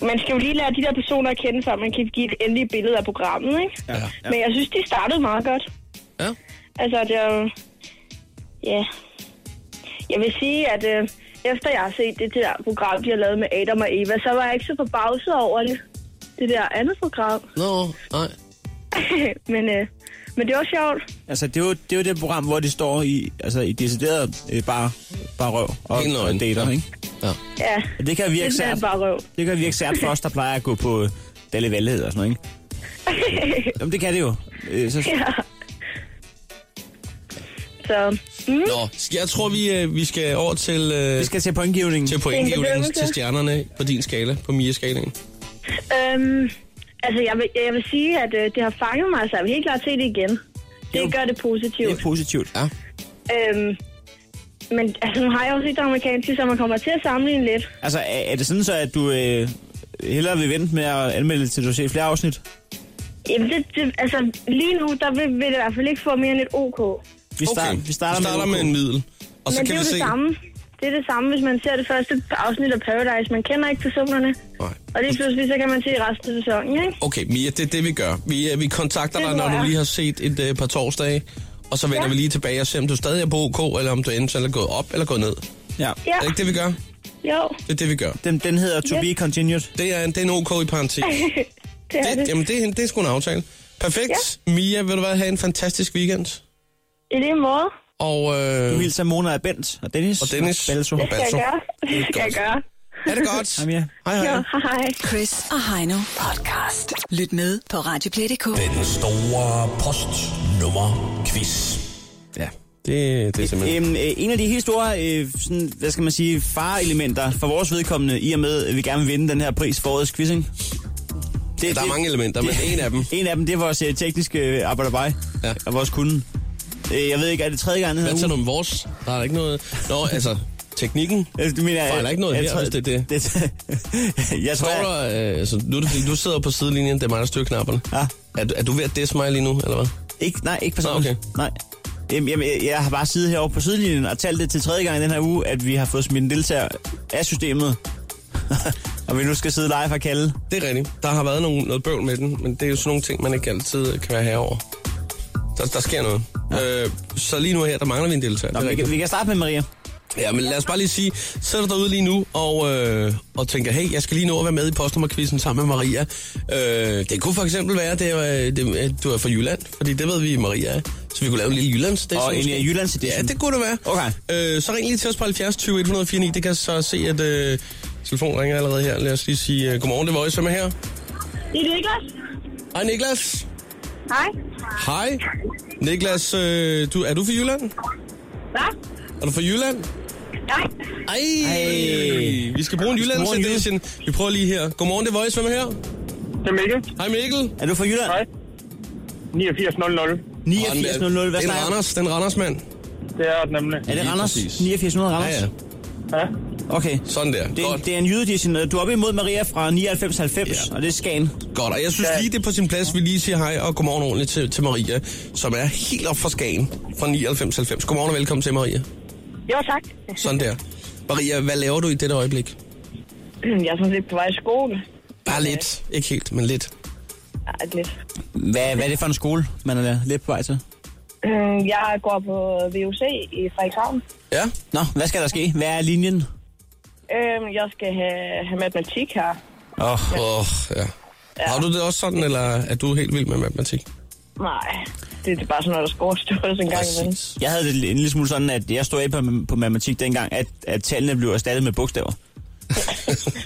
Speaker 6: Man skal jo lige lære de der personer at kende, før man kan give et endeligt billede af programmet, ikke?
Speaker 3: Ja. ja.
Speaker 6: Men jeg synes, de startede meget godt.
Speaker 2: Ja.
Speaker 6: Altså, det er jo... Ja. Jeg vil sige, at øh, efter jeg har set det der program, de har lavet med Adam og Eva, så var jeg ikke så forbavset over det. Det der andet program.
Speaker 2: Nå, nej.
Speaker 6: men, øh, men det var sjovt.
Speaker 3: Altså, det er, jo, det er jo det program, hvor de står i, altså, i decideret øh, bare, bare røv og,
Speaker 2: Helt
Speaker 3: og
Speaker 2: nøgen.
Speaker 3: dater,
Speaker 2: Ja.
Speaker 3: ikke?
Speaker 2: Ja.
Speaker 6: Ja,
Speaker 3: Og det kan
Speaker 6: det
Speaker 3: virke
Speaker 6: er
Speaker 3: sært.
Speaker 6: bare røv.
Speaker 3: Det kan virke sært for os, der plejer at gå på øh, Dalle Valle eller sådan noget, ikke? Jamen, det kan det jo. Øh, så,
Speaker 6: ja. Så, mm,
Speaker 2: Nå, jeg tror, vi, øh, vi skal over til, øh,
Speaker 3: vi skal til pointgivningen.
Speaker 2: til pointgivningen
Speaker 6: bedømmelse.
Speaker 2: til stjernerne på din skala, på Mia-skalaen.
Speaker 6: øhm, altså, jeg vil, jeg vil sige, at øh, det har fanget mig, så jeg vil helt klart se det igen.
Speaker 3: Jo.
Speaker 6: Det gør det
Speaker 3: Det
Speaker 6: positivt.
Speaker 3: er positivt.
Speaker 2: Ja.
Speaker 6: Øhm, men altså, nu har jeg jo set det amerikanske, så man kommer til at sammenligne lidt.
Speaker 3: Altså, er, er det sådan så, at du øh, hellere vil vente med at anmelde det, til du ser flere afsnit?
Speaker 6: Jamen, det, det, altså, lige nu, der vil, vil det i hvert fald ikke få mere end et OK.
Speaker 3: Vi, start, vi starter,
Speaker 2: vi starter
Speaker 3: med,
Speaker 2: med en middel. Og så
Speaker 6: men det
Speaker 2: kan
Speaker 6: er jo
Speaker 2: vi se...
Speaker 6: det samme. Det er det samme, hvis man ser det første afsnit af Paradise. Man kender ikke personerne.
Speaker 2: Nej.
Speaker 6: Og lige pludselig, så kan man se resten af sæsonen, ikke?
Speaker 2: Okay, Mia, det er det, vi gør. Vi, øh, vi kontakter
Speaker 6: Det
Speaker 2: dig, når
Speaker 6: tror
Speaker 2: du
Speaker 6: jeg.
Speaker 2: lige har set et øh, par torsdage, og så vender ja.
Speaker 6: Ja.
Speaker 2: vi lige tilbage og ser, om du stadig er på OK, eller om du eventuelt er gået op eller gået ned. Ja.
Speaker 3: Ja.
Speaker 6: Ja,
Speaker 2: Er det ikke det, vi gør?
Speaker 6: jo,
Speaker 2: Det er det, vi gør.
Speaker 3: Den, den hedder To Be Continued.
Speaker 2: Det er en, det er en OK i parentes.
Speaker 6: det er
Speaker 2: Det,
Speaker 6: det.
Speaker 2: jamen, det, er en- det er sgu en aftale. Perfekt. Ja. Mia, vil du hvad, have en fantastisk weekend.
Speaker 6: I lige måde.
Speaker 2: Og
Speaker 3: Du
Speaker 2: øh,
Speaker 3: hilser Mona og Bent og Dennis.
Speaker 2: Og Dennis.
Speaker 3: Balso.
Speaker 6: Det skal jeg
Speaker 2: Balso.
Speaker 6: gøre.
Speaker 2: Det er
Speaker 6: Det skal jeg
Speaker 2: godt.
Speaker 6: gøre.
Speaker 2: er det godt?
Speaker 3: Hej, Mia.
Speaker 2: Hej, hej.
Speaker 6: Jo, hej.
Speaker 5: Chris og Heino podcast. Lyt med på Radioplay.dk.
Speaker 1: Den store postnummer-quiz.
Speaker 2: Ja, det, det er simpelthen...
Speaker 3: Øhm, øh, en af de helt store, øh, sådan, hvad skal man sige, fareelementer for vores vedkommende, i og med, at vi gerne vil vinde den her pris for årets quiz, ikke?
Speaker 2: Det, der er mange elementer, men en af dem.
Speaker 3: En af dem, det er vores øh, tekniske øh, arbejderbej
Speaker 2: Ja.
Speaker 3: ja. af vores kunde. Øh, jeg ved ikke, er det tredje gang, han
Speaker 2: Hvad
Speaker 3: hedder
Speaker 2: tager du med vores? Der er der ikke noget... Nå, altså, teknikken.
Speaker 3: Uge? Altså, du mener,
Speaker 2: Fejler ikke noget her, hvis det er det.
Speaker 3: det. jeg tror,
Speaker 2: Står
Speaker 3: jeg,
Speaker 2: der... Øh, altså, nu, er det, fordi du sidder på sidelinjen, det er mig, der styrer knapperne.
Speaker 3: Ja.
Speaker 2: Er, du- er du ved at disse mig lige nu, eller hvad?
Speaker 3: ikke, nej, ikke
Speaker 2: Nå,
Speaker 3: personligt.
Speaker 2: okay.
Speaker 3: Nej. Jamen, jamen, jeg- jeg har bare siddet herovre på sidelinjen og talt det til tredje gang i den her uge, at vi har fået smidt en deltager af systemet. og vi nu skal sidde live og kalde.
Speaker 2: Det er rigtigt. Der har været nogen, noget bøvl med den, men det er jo sådan nogle ting, man ikke altid kan være herover. Der, der sker noget. Ja. Øh, så lige nu her, der mangler vi en deltager.
Speaker 3: Nå,
Speaker 2: det er
Speaker 3: vi,
Speaker 2: rigtigt.
Speaker 3: kan, vi kan starte med Maria.
Speaker 2: Ja, men lad os bare lige sige, sidder du derude lige nu og, øh, og tænker, hey, jeg skal lige nå at være med i postnummerquizzen sammen med Maria. Øh, det kunne for eksempel være, det, var, det, at du er fra Jylland, fordi det ved vi, Maria er. Så vi kunne lave en lille jyllands
Speaker 3: Og en, øh, Jyllands edition.
Speaker 2: Ja, det kunne det være.
Speaker 3: Okay.
Speaker 2: Øh, så ring lige til os på 70 20 149. Det kan jeg så se, at øh, telefonen ringer allerede her. Lad os lige sige, øh, godmorgen, det er Voice, som er her.
Speaker 6: Det er Niklas.
Speaker 2: Hej Niklas.
Speaker 6: Hej.
Speaker 2: Hej. Niklas, øh, du, er du fra Jylland?
Speaker 6: Hvad?
Speaker 2: Er du fra Jylland?
Speaker 6: Ja.
Speaker 2: Ej,
Speaker 3: Ej.
Speaker 2: vi skal bruge en Jyllands
Speaker 3: Godmorgen, Jylland.
Speaker 2: edition. Vi prøver lige her. Godmorgen, det er Voice. Hvem er her?
Speaker 7: Det er Mikkel.
Speaker 2: Hej Mikkel.
Speaker 3: Er du fra Jylland?
Speaker 7: Hej. 8900.
Speaker 2: Rand-
Speaker 3: 8900, hvad
Speaker 2: Det er en
Speaker 3: snakker
Speaker 2: Randers, den Randers mand.
Speaker 7: Det er det nemlig.
Speaker 3: Er det
Speaker 2: Lige
Speaker 3: Randers?
Speaker 2: præcis.
Speaker 3: 8900 Randers?
Speaker 2: Ja, ja.
Speaker 7: Ja.
Speaker 3: Okay.
Speaker 2: Sådan der.
Speaker 3: Det, er-
Speaker 2: Godt.
Speaker 3: det er en jydedition. Du er oppe imod Maria fra 99-90,
Speaker 2: Ja.
Speaker 3: ja. og det er Skagen.
Speaker 2: Godt, og jeg synes
Speaker 7: Ja.
Speaker 2: lige, det er på sin plads, vi lige siger hej og godmorgen ordentligt til, til Maria, som er helt op fra Skagen fra 9990. Godmorgen og velkommen til, Maria.
Speaker 6: Jo, tak.
Speaker 2: Sådan der. Maria, hvad laver du i dette øjeblik?
Speaker 6: Jeg er sådan lidt på vej i skole.
Speaker 2: Bare lidt. Ikke helt, men lidt.
Speaker 6: Ej, lidt.
Speaker 3: Hvad, hvad er det for en skole, man er lidt på vej til?
Speaker 6: Øhm, Jeg går på VUC i Frederikshavn.
Speaker 2: Ja?
Speaker 3: Nå, hvad skal der ske? Hvad er linjen?
Speaker 6: Øhm, Jeg skal have, have matematik her.
Speaker 2: Åh, oh, ja. Oh, ja. Har du det også sådan, eller er du helt vild med matematik?
Speaker 6: Nej, det er bare sådan noget, der skal overstås en gang imellem.
Speaker 3: Jeg havde det en lille smule sådan, at jeg stod af på, på matematik dengang, at, at tallene blev erstattet med bogstaver.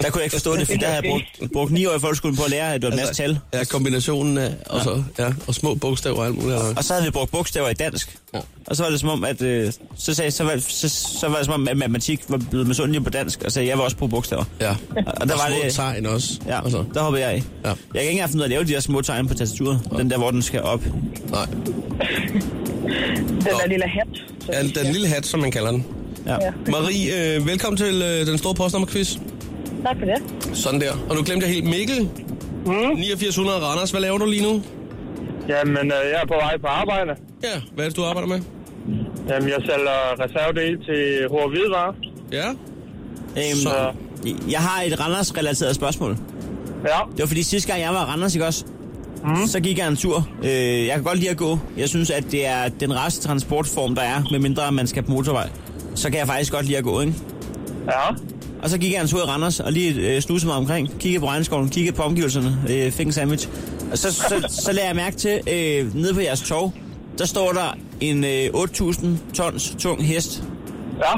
Speaker 3: der kunne jeg ikke forstå det, for der havde jeg brugt, brugt ni år i folkeskolen på at lære, at det var en masse tal.
Speaker 2: Altså, Ja, kombinationen af, og, så, ja, og små bogstaver og alt muligt. Eller? hvad?
Speaker 3: Og så havde vi brugt bogstaver i dansk.
Speaker 2: Ja.
Speaker 3: Og så var det som om, at øh, så, sagde, så, var, så, så var det som om, at matematik var blevet misundelig på dansk, og sagde, jeg vil også bruge bogstaver.
Speaker 2: Ja.
Speaker 3: Og, og der var
Speaker 2: små
Speaker 3: det...
Speaker 2: tegn også. Altså,
Speaker 3: Ja,
Speaker 2: Og så.
Speaker 3: der hoppede jeg i.
Speaker 2: Ja.
Speaker 3: Ja. Jeg kan ikke engang finde ud af at lave de der små tegn på tastaturet. Ja. Den der, hvor den skal op.
Speaker 2: Nej.
Speaker 6: Den
Speaker 2: Nå.
Speaker 6: der lille hat. som
Speaker 2: Ja,
Speaker 6: vi
Speaker 2: den
Speaker 6: siger.
Speaker 2: lille hat, som man kalder den.
Speaker 3: Ja.
Speaker 6: Ja.
Speaker 3: ja.
Speaker 2: Marie, øh, velkommen til øh, den store postnummerquiz.
Speaker 6: Tak for det.
Speaker 2: Sådan der. Og nu glemte jeg helt Mikkel. Mm. 8900 Randers, hvad laver du lige nu?
Speaker 7: Jamen, øh, jeg er på vej på arbejde.
Speaker 2: Ja, hvad er det, du arbejder med?
Speaker 7: Jamen, jeg sælger reservedele til Hår Hvidevare.
Speaker 2: Ja.
Speaker 3: Øhm,
Speaker 7: Så,
Speaker 3: Jeg har et Randers-relateret spørgsmål.
Speaker 7: ja.
Speaker 3: Det var fordi sidste gang, jeg var i Randers, ikke også? Mm. Så gik jeg en tur. Øh, jeg kan godt lide at gå. Jeg synes, at det er den rareste transportform, der er, medmindre man skal på motorvej. Så kan jeg faktisk godt lide at gå, ikke?
Speaker 7: Ja.
Speaker 3: Og så gik jeg en tur i Randers og lige øh, snusede mig omkring. Kiggede på regnskoven, kiggede på omgivelserne, øh, fik en sandwich. Og så, så, så lagde jeg mærke til, øh, nede på jeres tog, der står der en øh, 8.000 tons tung hest.
Speaker 7: Ja.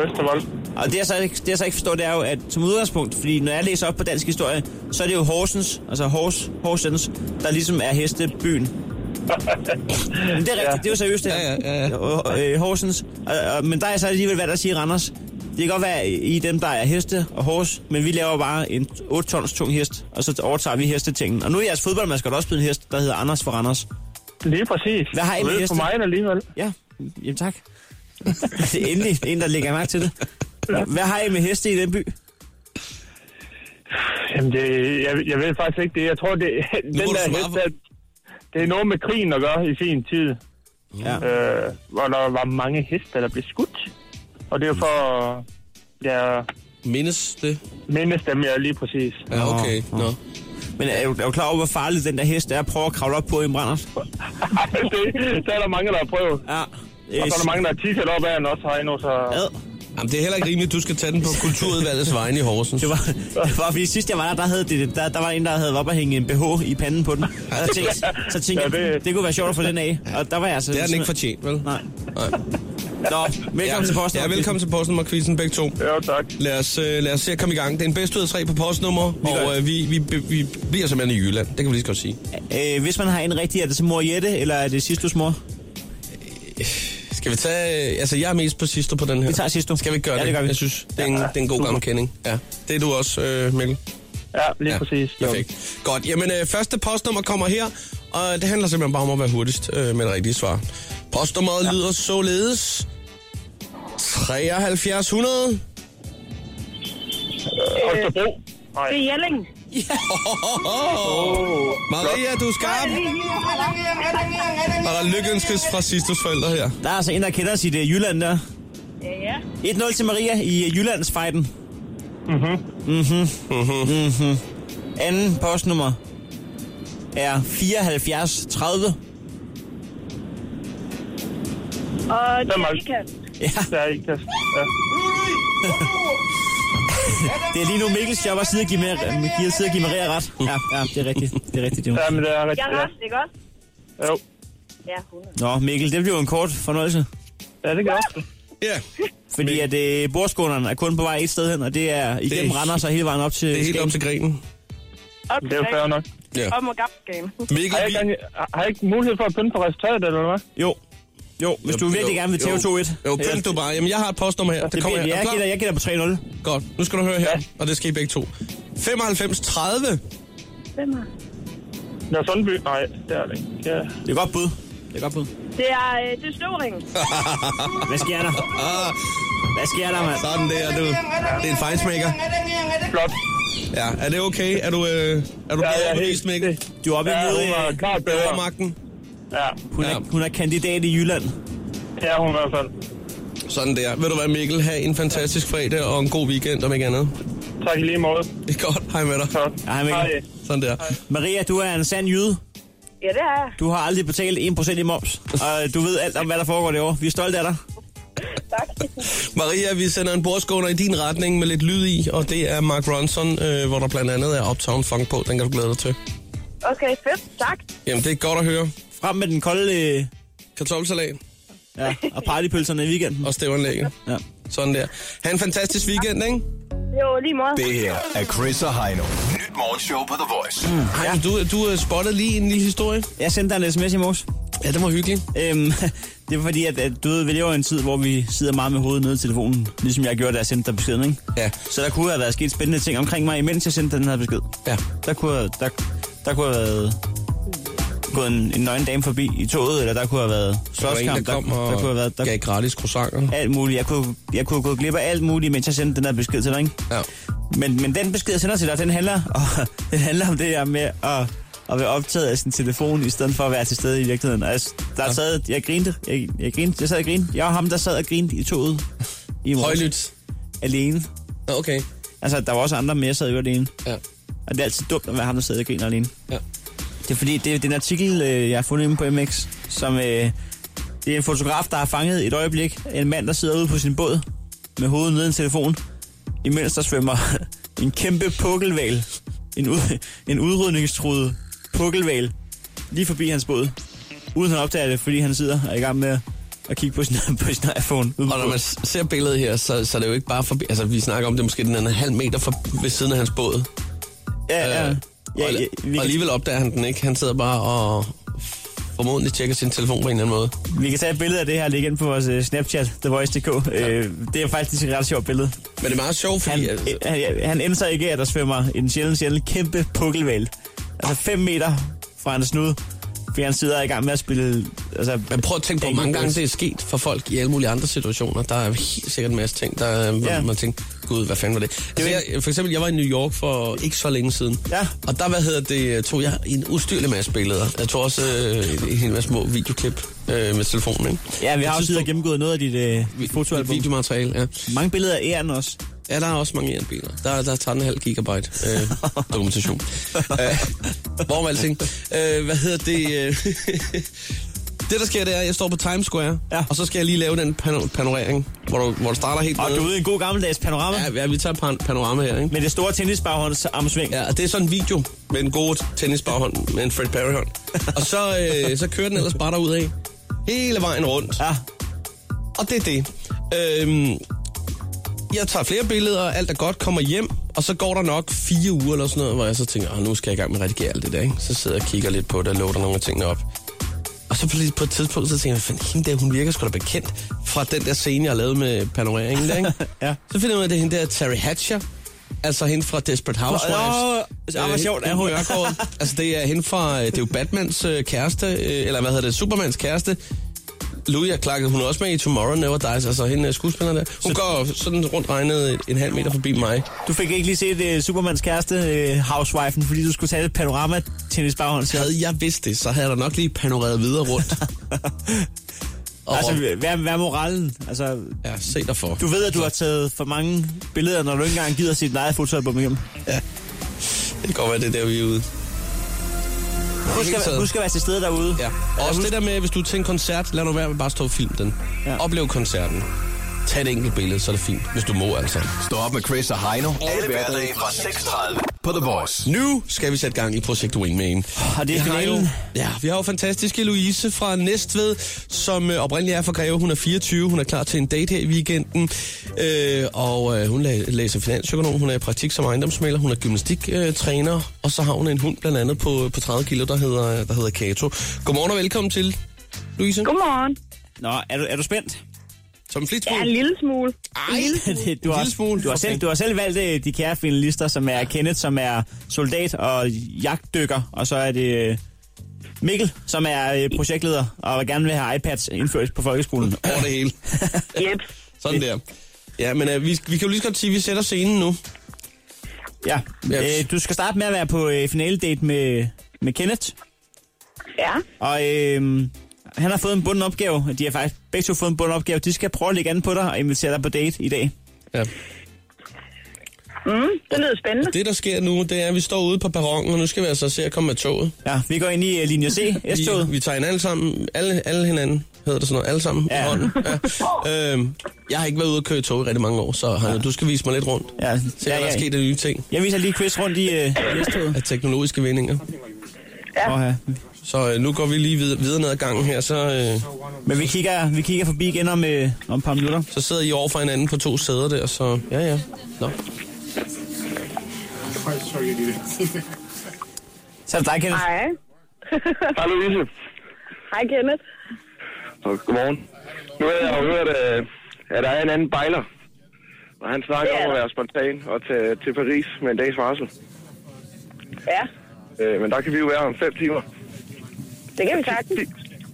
Speaker 7: Første vold.
Speaker 3: Og det jeg, så ikke, det jeg så ikke forstår, det er jo, at som udgangspunkt, fordi når jeg læser op på dansk historie, så er det jo Horsens, altså Hors, Horsens, der ligesom er hestebyen. men det er rigtigt, ja. det er jo seriøst det her.
Speaker 2: Ja, ja, ja, ja.
Speaker 3: Og, øh, Horsens. Og, og, men der er så alligevel hvad der siger Randers. Det kan godt være, I er dem, der er heste og hors, men vi laver bare en 8 tons tung hest, og så overtager vi hestetingen. Og nu er jeres fodboldmaskot også blevet en hest, der hedder Anders for Randers.
Speaker 7: Lige præcis.
Speaker 3: Hvad har I med
Speaker 7: Du ved
Speaker 3: heste?
Speaker 7: på mig alligevel.
Speaker 3: Ja, jamen tak. det er endelig en, der lægger mærke til det. Hvad har I med heste i den by?
Speaker 7: Jamen, det, jeg, jeg ved faktisk ikke det. Jeg tror, det, den
Speaker 2: må du
Speaker 7: der
Speaker 2: svare
Speaker 7: hest,
Speaker 2: for-
Speaker 7: der, det er noget med krigen at gøre i sin tid.
Speaker 3: Ja.
Speaker 7: Øh, hvor der var mange heste, der blev skudt. Og det er jo for... Ja,
Speaker 2: Mindes det?
Speaker 7: mindes dem, jeg lige præcis.
Speaker 2: Ja, okay.
Speaker 3: Nå.
Speaker 2: Nå.
Speaker 3: Men er du, er du klar over, hvor farlig den der hest er at prøve at kravle op på i en brændert?
Speaker 7: det, der er der mange, der har prøvet.
Speaker 3: Ja.
Speaker 7: Og så er der mange, der har tisset op af den også herinde, så...
Speaker 3: Øh, Ad.
Speaker 2: Jamen, det er heller ikke rimeligt, at du skal tage den på kulturudvalgets vegne i Horsens.
Speaker 3: Det var, det var fordi sidst jeg var der, der, havde det, der, der var en, der havde været op og hænge en BH i panden på den. Og der tænkte, så tænkte
Speaker 7: Ja,
Speaker 3: jeg,
Speaker 7: det-
Speaker 3: det kunne være sjovt at få den af. Og der var jeg altså...
Speaker 2: Det har den ikke fortjent, vel?
Speaker 3: Nej.
Speaker 2: Nej.
Speaker 3: Nå, velkommen til posten.
Speaker 2: Ja, velkommen til postnummerquizzen begge to.
Speaker 7: Jo, tak.
Speaker 2: Lad os, øh, lad os se at komme i gang. Det er en bedst ud af tre på postnummer,
Speaker 3: gør
Speaker 2: og
Speaker 3: det.
Speaker 2: øh, vi, vi, vi bliver simpelthen i Jylland. Det kan vi lige så godt sige.
Speaker 3: Øh, hvis man har en rigtig, er det så mor Jette, eller er det Sistus mor?
Speaker 2: Skal vi tage... Øh, altså, jeg er mest på sidste på den her.
Speaker 3: Vi tager Sisto.
Speaker 2: Skal vi ikke gøre
Speaker 3: ja,
Speaker 2: det?
Speaker 3: det? gør vi.
Speaker 2: Jeg synes, det er en, det er en god gammel kending. Ja. Det er du også, øh, Mikkel.
Speaker 7: Ja, lige ja. præcis.
Speaker 2: Perfekt. Godt. Jamen, øh, første postnummer kommer her, og det handler simpelthen bare om at være hurtigst øh, med det rigtige svar. Postnummeret ja. lyder således 7300.
Speaker 7: Holstebro. Nej.
Speaker 6: Det er Jelling.
Speaker 2: Maria, du er skarp. Og der lykkeønskes fra Sistos forældre her.
Speaker 3: Der er altså en, der kender sit uh, Jylland der.
Speaker 6: Ja, ja.
Speaker 3: 1-0 til Maria i øh, Jyllandsfejden. Mhm. Mhm.
Speaker 2: Mm-hmm.
Speaker 3: Mhm. Mhm. Anden postnummer er 7430.
Speaker 6: Og det
Speaker 7: Hvem er
Speaker 6: er
Speaker 7: det?
Speaker 6: Mikan.
Speaker 3: Ja,
Speaker 7: Der er ikke kast. Ja.
Speaker 3: det er lige nu Mikkels job at sidde og give, Maria, give, sidde og give Maria ret. Ja, ja, det er rigtigt. Det er rigtigt, det er hun.
Speaker 7: ja, men det er
Speaker 6: Jeg
Speaker 7: rigtigt.
Speaker 6: er
Speaker 7: Ja.
Speaker 6: ret, ikke også?
Speaker 7: Jo.
Speaker 6: Ja, 100.
Speaker 3: Nå, Mikkel, det bliver jo en kort fornøjelse.
Speaker 7: Ja, det gør jeg også.
Speaker 2: Ja,
Speaker 3: Fordi at øh, bordskånerne er kun på vej et sted hen, og det er igennem
Speaker 2: Det er-
Speaker 3: Randers og hele vejen op til
Speaker 2: det er helt
Speaker 3: Skagen.
Speaker 2: om til grenen.
Speaker 6: Op
Speaker 7: Det er jo fair nok.
Speaker 2: Ja.
Speaker 6: Op mod Gapsgagen.
Speaker 2: Mikkel,
Speaker 7: Har jeg, ikke,
Speaker 2: vi...
Speaker 7: engang- har jeg ikke mulighed for at pynte på resultatet, eller hvad?
Speaker 3: Jo. Jo, hvis du virkelig gerne vil tage 2-1.
Speaker 2: Jo, jo pynt du bare. Jamen, jeg har et postnummer her. Det
Speaker 3: Det
Speaker 2: kommer her.
Speaker 3: bliver,
Speaker 2: Er
Speaker 3: jeg,
Speaker 2: du
Speaker 3: gætter,
Speaker 2: klar?
Speaker 3: jeg gætter på 3-0.
Speaker 2: Godt. Nu skal du høre her, og det skal I begge to. 95 30.
Speaker 6: Hvem er det?
Speaker 7: Der er Sundby. Nej, det er det ikke. Ja.
Speaker 3: Det er et godt bud. Det er et godt bud.
Speaker 6: Det er, øh, det er Støvring.
Speaker 3: Hvad sker der?
Speaker 2: Ah.
Speaker 3: Hvad sker der, mand?
Speaker 2: Sådan der, du. Det er en fejnsmækker.
Speaker 7: Flot.
Speaker 2: Ja, er det okay? Er du, øh, er du
Speaker 7: Ja,
Speaker 2: blevet
Speaker 7: ja,
Speaker 2: overbevist, Mikkel?
Speaker 7: det-
Speaker 3: Du er oppe
Speaker 7: Ja,
Speaker 3: imod...
Speaker 7: hun var
Speaker 3: øh,
Speaker 7: klart
Speaker 2: Det
Speaker 7: bedre.
Speaker 2: er magten.
Speaker 7: Ja,
Speaker 3: Hun
Speaker 2: Ja.
Speaker 3: er, hun er kandidat i Jylland.
Speaker 7: det er hun i hvert fald.
Speaker 2: Sådan der. Vil du være Mikkel? Ha' en fantastisk fredag og en god weekend, om ikke andet.
Speaker 7: Tak i lige måde.
Speaker 2: Det er godt. Hej med dig.
Speaker 7: Så.
Speaker 3: Hej, Mikkel.
Speaker 2: Sådan der.
Speaker 3: Maria, du er en sand jyde.
Speaker 6: Ja, det er jeg.
Speaker 3: Du har aldrig betalt 1% i moms. Og du ved alt om, hvad der foregår derovre. Vi er stolte af dig.
Speaker 6: Tak.
Speaker 2: Maria, vi sender en bordskåner i din retning med lidt lyd i, og det er Mark Ronson, øh, hvor der blandt andet er Uptown Funk på. Den kan du glæde dig til.
Speaker 6: Okay, fedt. Tak.
Speaker 2: Jamen, det er godt at høre.
Speaker 3: Frem med den kolde... Øh,
Speaker 2: Kartoffelsalat
Speaker 3: ja, og partypølserne i weekenden.
Speaker 2: og stævanlægget.
Speaker 3: Ja.
Speaker 2: Sådan der. Ha' en fantastisk weekend, ikke?
Speaker 6: Jo, lige måde.
Speaker 1: Det her er Chris og Heino. Nyt morgenshow på The Voice.
Speaker 2: Hej, du, du øh, spottede lige en lille historie.
Speaker 3: Jeg sendte dig en sms i morges.
Speaker 2: Ja, det var hyggeligt.
Speaker 3: Øhm, det er fordi, at, at du ved, vi lever i en tid, hvor vi sidder meget med hovedet nede i telefonen. Ligesom jeg gjorde, da jeg sendte dig beskeden, ikke?
Speaker 2: Ja.
Speaker 3: Så der kunne have været sket spændende ting omkring mig, imens jeg sendte den her besked.
Speaker 2: Ja.
Speaker 3: Der kunne have, der, der kunne have været gået en, en nøgen dame forbi i toget, eller der kunne have været
Speaker 2: Der var en,
Speaker 3: slåskamp,
Speaker 2: der kom og
Speaker 3: der, kunne have været der,
Speaker 2: gav gratis croissanter.
Speaker 3: alt muligt. Jeg kunne, jeg kunne gå glip af alt muligt, mens jeg sendte den her besked til dig, ikke?
Speaker 2: Ja.
Speaker 3: Men, men den besked, jeg sender til dig, den handler, og, den handler om det her med at, at være optaget af sin telefon, i stedet for at være til stede i virkeligheden. Og jeg, s- der ja. sad, jeg grinte, jeg, jeg grinte, jeg sad og grinte. Jeg var ham, der sad og grinte i toget i morges.
Speaker 2: Højlydt.
Speaker 3: Alene.
Speaker 2: Nå, okay.
Speaker 3: Altså, der var også andre, men jeg sad jo alene.
Speaker 2: Ja.
Speaker 3: Og det er altid dumt at være ham, der sidder og griner alene.
Speaker 2: Ja.
Speaker 3: Det er fordi, det er den artikel, øh, jeg har fundet inde på MX, som øh, det er en fotograf, der har fanget et øjeblik en mand, der sidder ude på sin båd med hovedet nede i en telefon, imens der svømmer en kæmpe pukkelval, en, ud, en udrydningstruet pukkelval, lige forbi hans båd, uden han opdager det, fordi han sidder og er i gang med at- at kigge på sin, på sin iPhone. ude på
Speaker 2: Og når
Speaker 3: båden.
Speaker 2: man s- ser billedet her, så, så er det jo ikke bare forbi... Altså, vi snakker om det måske den anden halv meter for, ved siden af hans båd.
Speaker 3: ja, ja, ja,
Speaker 2: øh, og,
Speaker 3: ja, vi
Speaker 2: og
Speaker 3: kan-
Speaker 2: alligevel opdager han den ikke. Han sidder bare og formodentlig tjekker sin telefon på en eller anden måde.
Speaker 3: Vi kan tage et billede af det her og lægge ind på vores øh, Snapchat, TheVoice.dk. Øh, det er faktisk et ret sjovt billede.
Speaker 2: Men det er meget sjovt, fordi...
Speaker 3: Han,
Speaker 2: altså,
Speaker 3: øh, han, han ender så ikke, at der svømmer en sjældent, sjældent kæmpe pukkelval. Altså 5 meter fra hans snude, fordi han sidder i gang med at spille... Altså,
Speaker 2: men prøv at tænke på, hvor mange
Speaker 3: Angry
Speaker 2: gange
Speaker 3: Birds.
Speaker 2: det er sket for folk i alle mulige andre situationer. Der er helt sikkert en masse ting, der ja.
Speaker 3: Ja.
Speaker 2: man tænker, gud, hvad fanden var det? Altså,
Speaker 3: jo-
Speaker 2: jeg, for eksempel, jeg var i New York for ikke så længe siden.
Speaker 3: Ja.
Speaker 2: Og der, hvad hedder det, tog jeg en ustyrlig masse billeder. Jeg tog også øh, en- en hel masse små videoklip øh, med telefonen, ikke?
Speaker 3: Ja, vi har
Speaker 2: Jeg
Speaker 3: også
Speaker 2: synes,
Speaker 3: siddet og gennemgået noget af dit øh, dit fotoalbum.
Speaker 2: Videomateriale, ja.
Speaker 3: Mange billeder af æren også.
Speaker 2: Ja, der er også mange jernbiler. Der, der er 13,5 gigabyte øh, dokumentation. øh, hvor man alting. Øh, hvad hedder det? Øh, det, der sker, det er, at jeg står på Times Square,
Speaker 3: Ja.
Speaker 2: og så skal jeg lige lave den pano- panorering, hvor du, hvor du starter helt
Speaker 3: Og
Speaker 2: nede.
Speaker 3: du er ude i en god gammeldags panorama ja.
Speaker 2: Ja, ja, vi tager pan- panorama her, ikke?
Speaker 3: med det store tennisbaghånds armsving. Ja.
Speaker 2: Ja, og det er sådan en video med en god tennisbaghånd, med en Fred Perry-hånd. Og så, øh, så kører den ellers bare derudad. Hele vejen rundt.
Speaker 3: ja.
Speaker 2: Og det er det. Øhm, jeg tager flere billeder, alt er godt, kommer hjem, og så går der nok fire uger eller sådan noget, hvor jeg så tænker, "Åh, nu skal jeg i gang med at redigere alt det der, ikke? Så sidder jeg og kigger lidt på det og loader nogle af tingene op. Og så pludselig på et tidspunkt, så tænker jeg, fanden, hende der, hun virker sgu da bekendt fra den der scene, jeg lavede med panoreringen der, ikke?
Speaker 3: Ja.
Speaker 2: Så finder jeg ud af, at det er hende der, Terry Hatcher, altså hende fra Desperate Housewives.
Speaker 3: Nå, ah, hvor sjovt,
Speaker 2: er
Speaker 3: er hun?
Speaker 2: hun? altså det er hende fra, øh, det er jo Batmans øh, kæreste, øh, eller hvad hedder det, Supermans kæreste. Louis Clark, hun er også med i Tomorrow Never Dies, altså hende øh, skuespiller der. Hun så... går sådan rundt regnet en halv meter forbi mig.
Speaker 3: Du fik ikke lige set uh, Supermans kæreste, uh, Housewifen, fordi du skulle tage et panorama tennis baghånd. Så.
Speaker 2: Havde jeg vidst det, så havde jeg da nok lige panoreret videre rundt. Og
Speaker 3: Altså,
Speaker 2: altså,
Speaker 3: hvad, hvad er moralen? Altså,
Speaker 2: ja, se dig for.
Speaker 3: du ved, at du har taget for mange billeder, når du ikke engang gider sit eget fotoalbum hjem.
Speaker 2: Det kan godt være, det er der, vi er ude.
Speaker 3: Husk
Speaker 2: Helt
Speaker 3: at,
Speaker 2: taget.
Speaker 3: husk at være til stede derude.
Speaker 2: Ja. Og
Speaker 3: Og
Speaker 2: også
Speaker 3: husk,
Speaker 2: det der med, hvis du er til en koncert, lad nu være med bare at stå og filme den. Ja.
Speaker 3: Ja.
Speaker 2: Oplev koncerten. Tag et enkelt billede, så er det fint, hvis du må altså.
Speaker 1: Stå op med Chris og Heino. Alle hverdage fra 6.30 på The Voice.
Speaker 2: Nu skal vi sætte gang i Projekt Wingman.
Speaker 3: Og det er
Speaker 2: Vi har jo,
Speaker 3: finalen.
Speaker 2: ja, vi har jo fantastiske Louise fra Næstved, som øh, oprindeligt er fra Greve. Hun er 24, hun er klar til en date her i weekenden. Øh, og øh, hun la- læser finansøkonom, hun er i praktik som ejendomsmaler, hun er gymnastiktræner. Øh, og så har hun en hund blandt andet på, på 30 kilo, der hedder, der hedder Kato. Godmorgen og velkommen til, Louise.
Speaker 6: Godmorgen.
Speaker 3: Nå, er du, er du spændt?
Speaker 2: Som
Speaker 6: Ja,
Speaker 2: flitsmål.
Speaker 6: en lille smule.
Speaker 2: Ej,
Speaker 3: Det- du,
Speaker 2: En
Speaker 3: har,
Speaker 2: lille smule.
Speaker 3: du, har selv, du har selv valgt øh, de kære finalister, som er Kenneth, som er soldat og jagtdykker, og så er det øh, Mikkel, som er øh, projektleder og gerne vil have iPads indført på folkeskolen.
Speaker 2: over det hele.
Speaker 6: Yep.
Speaker 2: Sådan der. Ja, men øh, vi, vi kan jo lige så godt sige, at vi sætter scenen nu.
Speaker 3: Ja.
Speaker 2: Ja.
Speaker 3: Øh, du skal starte med at være på øh, finaledate med, med Kenneth,
Speaker 6: Ja.
Speaker 3: og øh, han har fået en bunden opgave. De har faktisk begge to fået en bunden opgave. De skal prøve at lægge an på dig og invitere dig på date i dag.
Speaker 2: Ja.
Speaker 6: Mm, det lyder spændende.
Speaker 2: Det, der sker nu, det er, at vi står ude på perronen, og nu skal vi altså se at komme med toget.
Speaker 3: Ja, vi går ind i øh, linje C, S-toget.
Speaker 2: Vi, vi tager hinanden alle sammen, alle, alle hinanden, hedder det sådan noget, alle sammen ja.
Speaker 3: Ja.
Speaker 2: i hånden. Ja. Øhm, jeg har ikke været ude og køre i tog i rigtig mange år, så Heino, du skal vise mig lidt rundt.
Speaker 3: Ja,
Speaker 2: Se, hvad der er sket af nye ting,
Speaker 3: Jeg viser lige Chris rundt i øh, S-toget.
Speaker 2: af teknologiske vindinger.
Speaker 6: Ja.
Speaker 3: Åh, ja.
Speaker 2: Så øh, nu går vi lige videre, videre ned ad gangen her, så, øh,
Speaker 3: Men vi kigger, vi kigger forbi igen om, øh, om et par minutter.
Speaker 2: så sidder I over for hinanden på to sæder der, så ja, ja. Nå.
Speaker 3: Så er det dig, Kenneth.
Speaker 6: Hej.
Speaker 8: Hej Louise.
Speaker 6: Hej, Kenneth.
Speaker 8: Og godmorgen. Nu har jeg jo hørt, øh, at der er en anden bejler. Og han snakker
Speaker 6: Det er
Speaker 8: om at
Speaker 6: der.
Speaker 8: være spontan og tage til Paris med en dags varsel.
Speaker 6: Ja,
Speaker 8: Øh, men der kan vi jo være om 5 timer.
Speaker 6: det kan vi sagtens.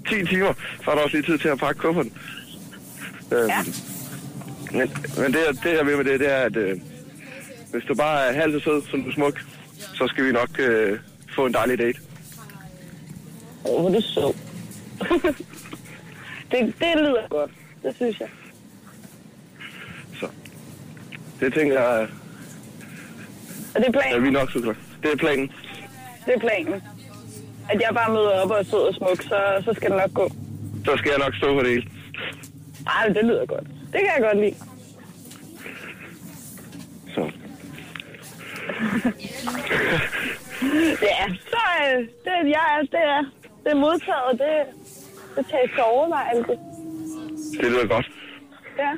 Speaker 8: 10 timer, så er der også lige tid til at pakke kufferten. Øh,
Speaker 6: Ja.
Speaker 8: Men, men det, jeg- det, jeg vil med det, det er, at øh, hvis du bare er halvt så sød, som du er smuk, så skal vi nok øh, få en dejlig date.
Speaker 6: Åh, hvor er du så. det, det lyder godt. Det synes jeg.
Speaker 8: Så det tænker jeg,
Speaker 6: Og det er
Speaker 8: at vi
Speaker 6: planen.
Speaker 8: nok skal klare. Det er planen.
Speaker 6: Det er planen. At jeg bare møder op og er sød og smuk, så, så skal det nok gå.
Speaker 8: Så skal jeg nok stå for det hele.
Speaker 6: Ej, men det lyder godt. Det kan jeg godt lide.
Speaker 8: Så.
Speaker 6: Ja, så øh, det, jeg, er- det, er, det er modtaget. Det, det tages til overvejelse.
Speaker 8: Det lyder godt.
Speaker 6: Ja.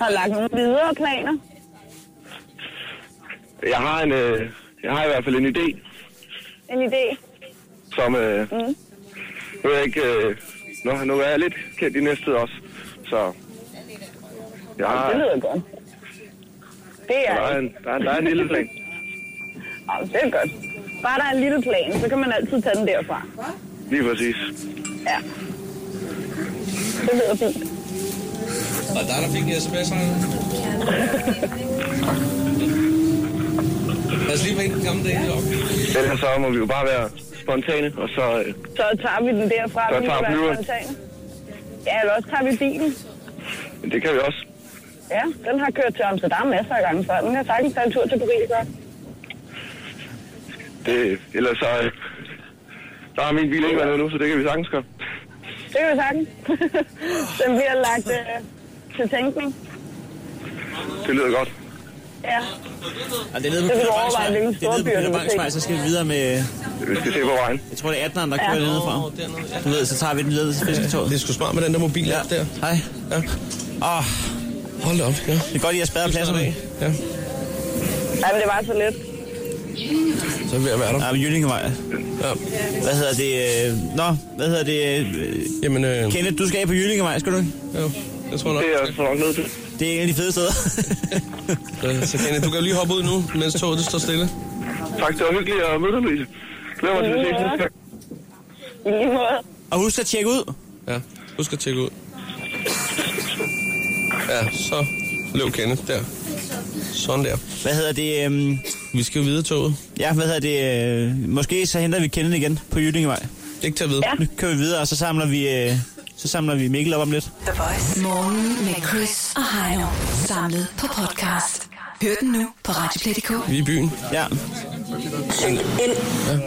Speaker 6: Har lagt nogle videre planer.
Speaker 8: Jeg har, en, øh, jeg har i hvert fald en idé,
Speaker 6: En idé.
Speaker 8: som... Øh,
Speaker 6: Mm.
Speaker 8: nu, er jeg ikke, øh, nu, nu er jeg lidt kendt i næste også, så... Jeg har,
Speaker 6: Det lyder godt. Det er,
Speaker 8: der, er en, der, er, der er en lille plan.
Speaker 6: ja, det er godt. Bare der er en lille plan, så kan man altid tage den derfra.
Speaker 8: Lige præcis.
Speaker 6: Ja. Det lyder fint.
Speaker 2: Og der er der fik en sms, Heino. Lad os lige vente den gamle date op.
Speaker 8: Ellers så må vi jo bare være spontane, og så... Øh,
Speaker 6: Så tager vi den derfra. vi
Speaker 8: Så
Speaker 6: må
Speaker 8: tager
Speaker 6: være
Speaker 8: flyveren.
Speaker 6: spontane. Ja, eller også tager vi bilen.
Speaker 8: det kan vi også.
Speaker 6: Ja, den har kørt til Amsterdam masser af gange før. Den kan sagtens tage en tur til Paris godt.
Speaker 8: Det, ellers så... Øh, der har min bil ikke været noget nu, så det kan vi sagtens gøre.
Speaker 6: Det kan vi sagtens. den bliver lagt øh, til tænkning.
Speaker 8: Det lyder godt.
Speaker 6: Ja,
Speaker 3: Og det er nede på Peter
Speaker 6: Det vil du
Speaker 3: Bangsvej.
Speaker 6: overveje, hvilken
Speaker 3: Det er nede på Peter
Speaker 6: storby du vil
Speaker 3: Bangsvej,
Speaker 6: se.
Speaker 3: så skal vi videre med,
Speaker 8: Vi skal se på vejen.
Speaker 3: jeg tror det er 18'eren, der
Speaker 6: Ja.
Speaker 3: kører ja. nedefra. Du ved, så tager vi den ned til fisketoget.
Speaker 2: Det er sgu smart med den der mobil ja. der.
Speaker 3: Hej.
Speaker 2: Ja.
Speaker 3: Åh, oh,
Speaker 2: Hold da op, ja.
Speaker 3: det er godt, I har spadet pladserne.
Speaker 2: Ja,
Speaker 6: Ej, men det var så let.
Speaker 2: så er vi ved at være der.
Speaker 3: Ja, men Jyllingevej.
Speaker 2: Ja.
Speaker 3: Hvad hedder det? Øh, nå, hvad hedder det? Øh,
Speaker 2: Jamen, øh,
Speaker 3: Kenneth, du skal af på Jyllingevej, skal du ikke?
Speaker 2: jo, jeg tror nok.
Speaker 8: Det er jeg så nok nødt til.
Speaker 3: Det er en af de fede steder.
Speaker 2: Øh, Så Kenneth, du kan jo lige hoppe ud nu, mens toget det står stille.
Speaker 7: Tak, det var hyggeligt at møde dig, Louise. Glæder mig til at se næste gang.
Speaker 6: I lige måde.
Speaker 3: og husk at tjekke ud.
Speaker 2: Ja, du skal tjekke ud. Ja, så løb Kenneth der. Sådan der.
Speaker 3: Hvad hedder det? Øhm,
Speaker 2: Vi skal jo videre toget.
Speaker 3: ja, hvad hedder det? Øh, måske så henter vi Kenneth igen på Jyllingevej.
Speaker 2: Ikke til at vide.
Speaker 6: Ja.
Speaker 3: Nu kører vi videre, og så samler vi, øh, så samler vi Mikkel op om lidt.
Speaker 5: The Voice. Morgen med Chris og Heino. Samlet på podcast. Hør den nu på Radioplay.dk.
Speaker 2: Vi er i byen.
Speaker 3: Ja,
Speaker 2: Ja,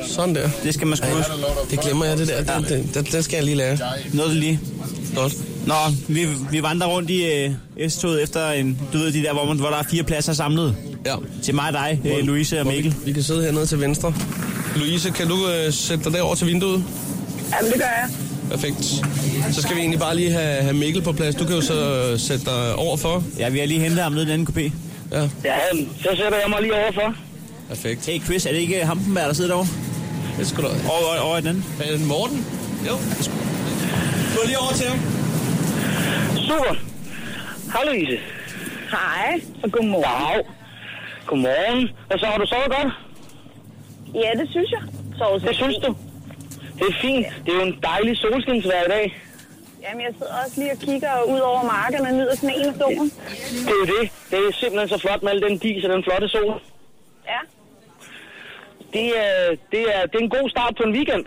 Speaker 2: sådan der.
Speaker 3: det skal man sgu huske.
Speaker 2: Det glemmer jeg, det der. Det, det, det, det skal jeg lige lære.
Speaker 3: Noget lige.
Speaker 2: Godt.
Speaker 3: Nå, vi, vi vandrer rundt i øh, S-toget efter en, du ved, de der, hvor, man, hvor der er fire pladser samlet.
Speaker 2: Ja.
Speaker 3: Til mig og dig, øh, Louise og Mikkel.
Speaker 2: Vi kan sidde hernede til venstre. Louise, kan du øh, sætte dig derover til vinduet?
Speaker 6: Jamen, det gør jeg.
Speaker 2: Perfekt. Så skal vi egentlig bare lige have, have Mikkel på plads. Du kan jo så øh, sætte dig overfor.
Speaker 3: Ja, vi har lige hentet ham ned i den anden kopé.
Speaker 2: Ja,
Speaker 7: Ja, så sætter jeg mig lige overfor.
Speaker 2: perfekt.
Speaker 3: Hey Chris, er det ikke Hampenberg, der sidder derovre?
Speaker 2: Det skal du have.
Speaker 3: Over, over, over i den anden.
Speaker 2: Er det Morten? Jo. Gå lige over til ham.
Speaker 7: Super. Hej, Louise.
Speaker 6: Hej, og godmorgen.
Speaker 7: Wow. Godmorgen. Hvad så, har du sovet godt?
Speaker 6: Ja, det synes jeg. Så
Speaker 7: Det synes du? Det er fint. Det er jo en dejlig solskinsvær i dag.
Speaker 6: Jamen, jeg sidder også lige og kigger ud over markerne og nyder sneen og solen.
Speaker 7: Det er jo det. Det er simpelthen så flot med al den dis og den flotte sol.
Speaker 6: Ja.
Speaker 7: Det er, det er, det er en god start på en weekend.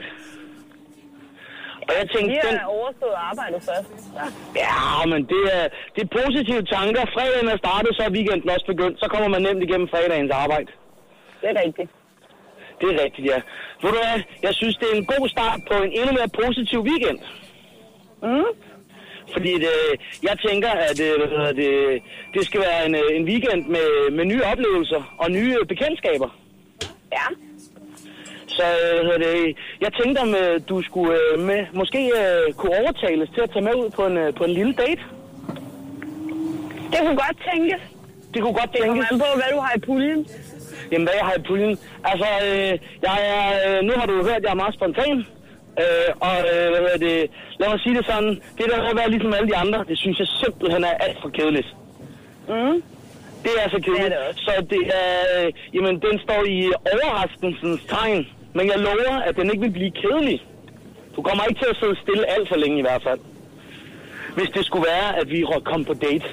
Speaker 7: Og jeg
Speaker 6: Vi
Speaker 7: tænkte, den,
Speaker 6: har overstået arbejdet først. Så.
Speaker 7: ja, men det er, det er positive tanker. Fredagen er startet, så er weekenden også begyndt. Så kommer man nemt igennem fredagens arbejde.
Speaker 6: Det er rigtigt.
Speaker 7: Det er rigtigt, ja. Ved du hvad, jeg synes, det er en god start på en endnu mere positiv weekend.
Speaker 6: Mm.
Speaker 7: Fordi det, jeg tænker, at øh, hvad hedder det, det skal være en, øh, en weekend med, med nye oplevelser og nye øh, bekendtskaber.
Speaker 6: Ja.
Speaker 7: Så øh, hvad hedder det, jeg tænkte, om øh, du skulle øh, med, måske øh, kunne overtales til at tage med ud på en, øh, på en lille date.
Speaker 6: Det kunne godt tænkes.
Speaker 7: Det kunne godt
Speaker 6: Det kommer
Speaker 7: tænkes.
Speaker 6: an på, hvad du har i puljen.
Speaker 7: Jamen, hvad jeg har i puljen? Altså, øh, jeg er, øh, nu har du jo hørt, at jeg er meget spontan. Øh, og øh, hvad hedder det, lad mig sige det sådan. Det der med at være ligesom alle de andre, det synes jeg simpelthen er alt for kedeligt.
Speaker 6: Mm.
Speaker 7: Det er så kedeligt.
Speaker 6: Det er det også.
Speaker 7: så det er, øh, jamen, den står i overraskelsens tegn. Men jeg lover, at den ikke vil blive kedelig. Du kommer ikke til at sidde stille alt for længe i hvert fald. Hvis det skulle være, at vi rå- kom på date.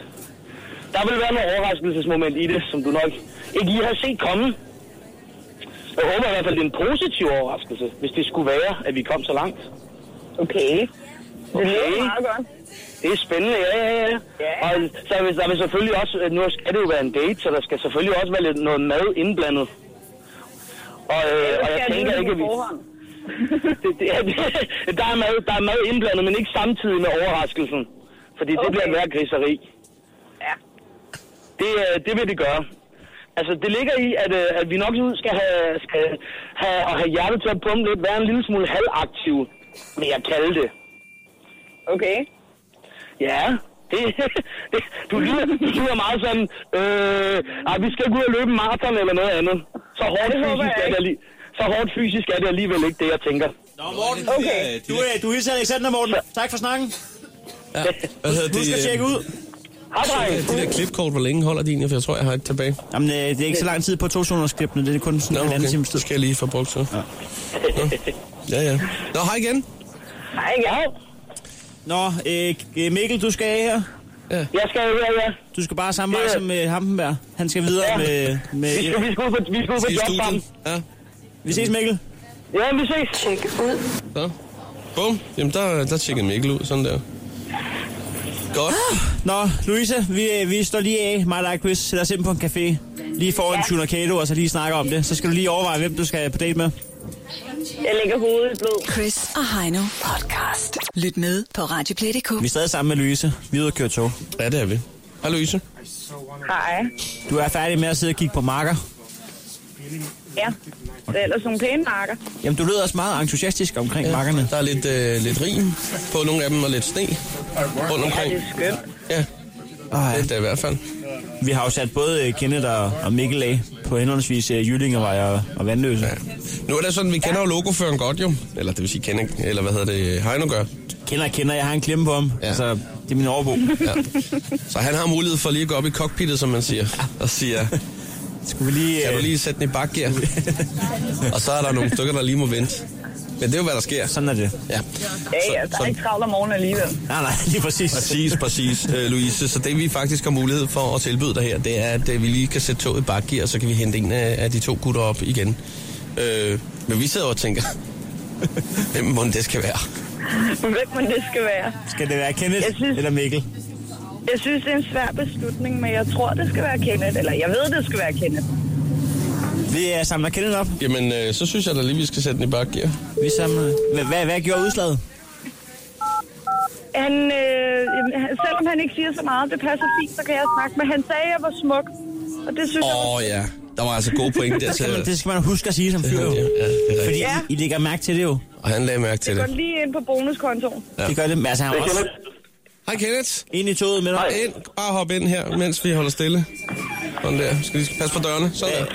Speaker 7: Der vil være noget overraskelsesmoment i det, som du nok ikke lige har set komme. Jeg håber i hvert fald, det er en positiv overraskelse, hvis det skulle være, at vi kom så langt.
Speaker 6: Okay. Det lyder
Speaker 7: Okay.
Speaker 6: meget godt.
Speaker 7: Det er spændende, ja, ja, ja.
Speaker 6: Ja.
Speaker 7: Og så vil, der vil selvfølgelig også, nu skal det jo være en date, så der skal selvfølgelig også være lidt noget mad indblandet. Og, øh, og jeg tænker ikke, at vi... Det, det, der, er mad, der er mad indblandet, men ikke samtidig med overraskelsen. Fordi det
Speaker 6: Okay.
Speaker 7: bliver mere griseri.
Speaker 6: Ja.
Speaker 7: Det, øh, det vil det gøre. Altså, det ligger i, at, øh, at vi nok ud skal have, skal have, og have hjertet til at pumpe lidt, være en lille smule halvaktiv, vil jeg kalde det.
Speaker 6: Okay.
Speaker 7: Ja, det, det du, lyder, du lyder meget sådan, øh, ej, vi skal ikke ud og løbe en maraton eller noget andet. Så hårdt,
Speaker 6: det håber
Speaker 7: fysisk,
Speaker 6: jeg
Speaker 7: er det,
Speaker 6: ikke.
Speaker 7: alli- så hårdt fysisk er det alligevel ikke det, jeg tænker.
Speaker 3: Nå, Morten.
Speaker 6: Okay.
Speaker 3: Du, øh, du hilser Alexander, Morten. Tak for snakken.
Speaker 2: Ja. Hvad hedder det?
Speaker 3: Husk at
Speaker 2: øh,
Speaker 3: tjekke ud.
Speaker 7: Hej, drenge.
Speaker 2: De der klipkort, hvor længe holder de egentlig? For jeg tror, jeg har et tilbage.
Speaker 3: Jamen, øh, det er ikke så lang tid på to zoners klippene. Det er kun sådan
Speaker 2: Nå,
Speaker 3: en okay. anden
Speaker 2: okay.
Speaker 3: time
Speaker 2: Så skal jeg lige få brugt så. Ja. ja, ja. Nå, hej igen.
Speaker 6: Hej, ja.
Speaker 3: Nå, øh, øh, Mikkel, du skal af her.
Speaker 7: Jeg skal jo her, ja.
Speaker 3: Du skal bare samme vej
Speaker 7: Ja.
Speaker 3: som øh, Hampenberg. Han skal videre
Speaker 7: Ja.
Speaker 3: med... med
Speaker 7: Vi skal, vi skal ud på, vi skal ud på
Speaker 2: I
Speaker 7: job sammen.
Speaker 2: studiet. Ja.
Speaker 3: Vi ses, Mikkel.
Speaker 7: Ja, vi ses.
Speaker 2: Så. Bum. Jamen, der, der tjekkede Mikkel ud. Sådan der. Godt.
Speaker 3: Nå, Louise, vi, øh, vi står lige af, mig og dig, Chris, sætter os ind på en café. Lige får en tuna kato, og så lige snakker om det. Så skal du lige overveje, hvem du skal på date med.
Speaker 6: Jeg lægger hovedet i blod.
Speaker 5: Chris og Heino podcast. Lyt med på Radioplay.dk.
Speaker 3: Vi er stadig sammen med Louise. Vi er ude at køre tog.
Speaker 2: Ja, det er vi. Hej, Louise.
Speaker 6: Hej.
Speaker 3: Du er færdig med at sidde og kigge på marker.
Speaker 6: Ja. Det er ellers nogle pæne marker.
Speaker 3: Jamen, du lyder også meget entusiastisk omkring ja. markerne.
Speaker 2: Der er lidt, øh, lidt rim på nogle af dem, og lidt sne rundt omkring.
Speaker 6: Det er skønt.
Speaker 2: Ja,
Speaker 3: Ej,
Speaker 2: det er i hvert fald.
Speaker 3: vi har jo sat både øh, Kenneth og, og Mikkel af på henholdsvis øh, Jyllingevej og, og Vandløse.
Speaker 2: Ja. Nu er det sådan, vi kender jo logoføreren godt jo. Eller det vil sige, kender, eller hvad hedder det, Heino gør.
Speaker 3: Kender kender, jeg har en klemme på ham.
Speaker 2: Ja.
Speaker 3: Ja. Så Det er min overbo.
Speaker 2: Så han har mulighed for lige at gå op i cockpittet, som man siger, og siger,
Speaker 3: Skulle vi lige...
Speaker 2: kan du
Speaker 3: øh,
Speaker 2: lige sætte den i bakgear? og så er der nogle stykker, der lige må vente. Men det er jo, hvad der sker.
Speaker 3: Sådan er det.
Speaker 2: Ja.
Speaker 9: Ja, ja, der er ikke travlt om morgenen alligevel.
Speaker 3: Nej, nej, lige præcis.
Speaker 2: Præcis, præcis, øh, Louise. Så det vi faktisk har mulighed for at tilbyde dig her, det er, at øh, vi lige kan sætte toget i bakgear, og så kan vi hente en af, af de to gutter op igen. Øh, men vi sidder og tænker, hvem må det skal være?
Speaker 6: Hvem må det skal være?
Speaker 3: Skal det være Kenneth
Speaker 6: Jeg synes-
Speaker 3: eller Mikkel?
Speaker 6: Jeg synes, det er en svær beslutning, men jeg tror, det skal være Kenneth. Eller jeg ved, det skal være Kenneth.
Speaker 3: Vi øh, samler Kenneth op.
Speaker 2: Jamen, øh, så synes jeg da lige, vi skal sætte den i bakgear.
Speaker 3: Vi samler... Hvad, hvad, hvad gjorde udslaget?
Speaker 6: Han, øh, jamen, han- selvom han ikke siger så meget, det passer fint, så kan jeg snakke. Men han sagde, at jeg var smuk. Og det synes jeg
Speaker 2: Åh
Speaker 6: var...
Speaker 2: oh, ja, der var altså gode point der til.
Speaker 3: Jamen, Det skal man huske at sige som fyr.
Speaker 2: Ja,
Speaker 3: jo.
Speaker 2: ja, det er
Speaker 3: Fordi
Speaker 2: rigtigt.
Speaker 6: Ja.
Speaker 3: I, I lægger mærke til det jo.
Speaker 2: Og han lagde mærke til
Speaker 6: Går
Speaker 2: det.
Speaker 6: lige ind på bonuskontoen.
Speaker 3: Det gør det. Men altså, han er også
Speaker 2: Hej Kenneth.
Speaker 3: ind i toget med dig.
Speaker 2: Ind, bare hop ind her, mens vi holder stille. Sådan der. Skal lige passe på dørene. Sådan der.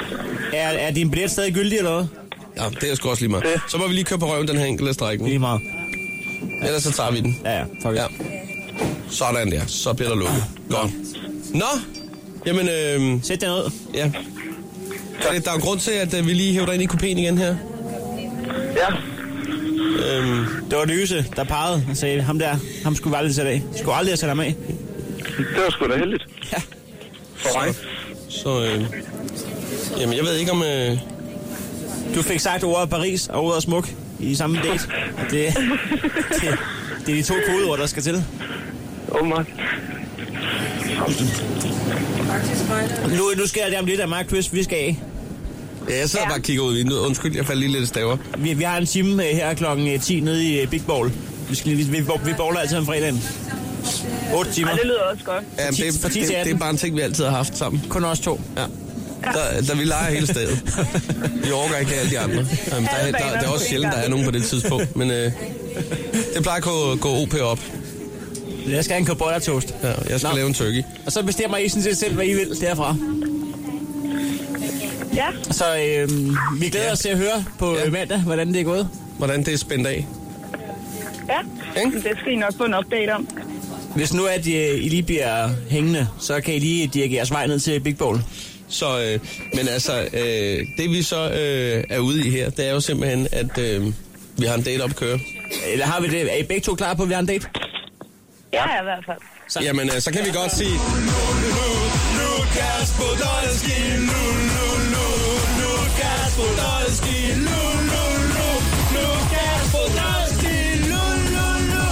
Speaker 3: Er, er din billet stadig gyldig eller hvad?
Speaker 2: Ja, det er sgu også lige meget. Så må vi lige køre på røven den her enkelte strækning.
Speaker 3: Lige meget.
Speaker 2: Ellers så tager vi den.
Speaker 3: Ja, ja. Fuck
Speaker 2: Ja.
Speaker 3: ja.
Speaker 2: Sådan der. Så bliver der lukket. Godt. Nå. Jamen, øh,
Speaker 3: Sæt den ud.
Speaker 2: ja. Der, der er en grund til, at øh, vi lige hæver dig ind i kupéen igen her.
Speaker 7: Ja,
Speaker 2: Øhm,
Speaker 3: Det var Løse, der pegede og sagde, ham der, ham skulle vi aldrig sætte af. Skulle aldrig have sat ham af.
Speaker 7: det var sgu da heldigt.
Speaker 3: Ja.
Speaker 7: For mig.
Speaker 2: så, øh, jamen, jeg ved ikke om... Øh,
Speaker 3: Du fik sagt ordet Paris og ordet smuk i samme date. Og Det, det, det er de to kodeord, der skal til.
Speaker 7: Oh my.
Speaker 3: Nu, nu sker det om lidt, at mig og Chris, vi skal af.
Speaker 2: ja, jeg sidder bare og kigger ud i vinduet. Undskyld, jeg faldt lige lidt i staver.
Speaker 3: Vi, vi har en time øh, her kl. 10 nede i øh, Big Ball. Vi, skal, lige- vi, vi, vi bowler altid om fredagen. 8 timer.
Speaker 6: Ej, det lyder også godt.
Speaker 2: Ja,
Speaker 3: ti-
Speaker 2: det,
Speaker 3: fra
Speaker 2: det,
Speaker 3: ti
Speaker 2: det,
Speaker 3: til
Speaker 2: det er
Speaker 3: atten.
Speaker 2: bare en ting, vi altid har haft sammen.
Speaker 3: Kun os to.
Speaker 2: Ja. Der, der vi leger hele stedet. Vi overgår ikke alle de andre. Jamen, der, er- der, der, er også sjældent, der er nogen på det tidspunkt. Men øh, det plejer at gå, gå OP op.
Speaker 3: Jeg skal have en cowboy toast.
Speaker 2: Ja, jeg skal Nå.
Speaker 3: Nå.
Speaker 2: lave en turkey.
Speaker 3: Og så bestemmer I sådan set selv, hvad I vil derfra.
Speaker 6: Ja,
Speaker 3: Så øh, vi glæder
Speaker 2: Ja.
Speaker 3: os til at høre på
Speaker 2: Ja.
Speaker 3: ja. mandag, hvordan det er gået.
Speaker 2: Hvordan det er spændt af.
Speaker 6: ja.
Speaker 2: Ikke?
Speaker 6: Det skal I nok få en update om.
Speaker 3: Hvis nu at øh, I, I lige bliver hængende, så kan I lige dirigere jeres vej ned til Big Bowl.
Speaker 2: Så, øh, men altså, øh, det vi så øh, er ude i her, det er jo simpelthen, at øh, vi har en date op at køre.
Speaker 3: Eller har vi det? Er I begge to klar på, at vi har en date?
Speaker 6: Ja, i hvert fald.
Speaker 3: Tak.
Speaker 2: Jamen, øh, så kan vi godt sige... Lukas Podolski, nu, nu, nu, Lukas Podolski, nu, nu, nu, Lukas Podolski, nu, nu, nu,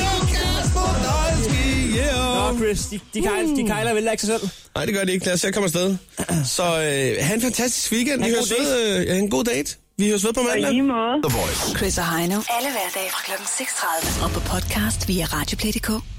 Speaker 2: Lukas Podolski, yeah. Hmm.
Speaker 3: Nå, Chris, de, de, kejler, de kejler vel ikke sig selv.
Speaker 2: Nej, det gør det ikke. Lad os se at komme afsted. Så øh, have en fantastisk weekend. Vi
Speaker 3: en
Speaker 2: høres
Speaker 3: god
Speaker 2: ved. Øh, ja, en god date. Vi høres ved på
Speaker 6: Og i
Speaker 2: mandag.
Speaker 6: lige måde.
Speaker 1: The Voice.
Speaker 5: Chris og Heino. Alle hverdage fra kl. 6.30. Og på podcast via Radioplay.dk.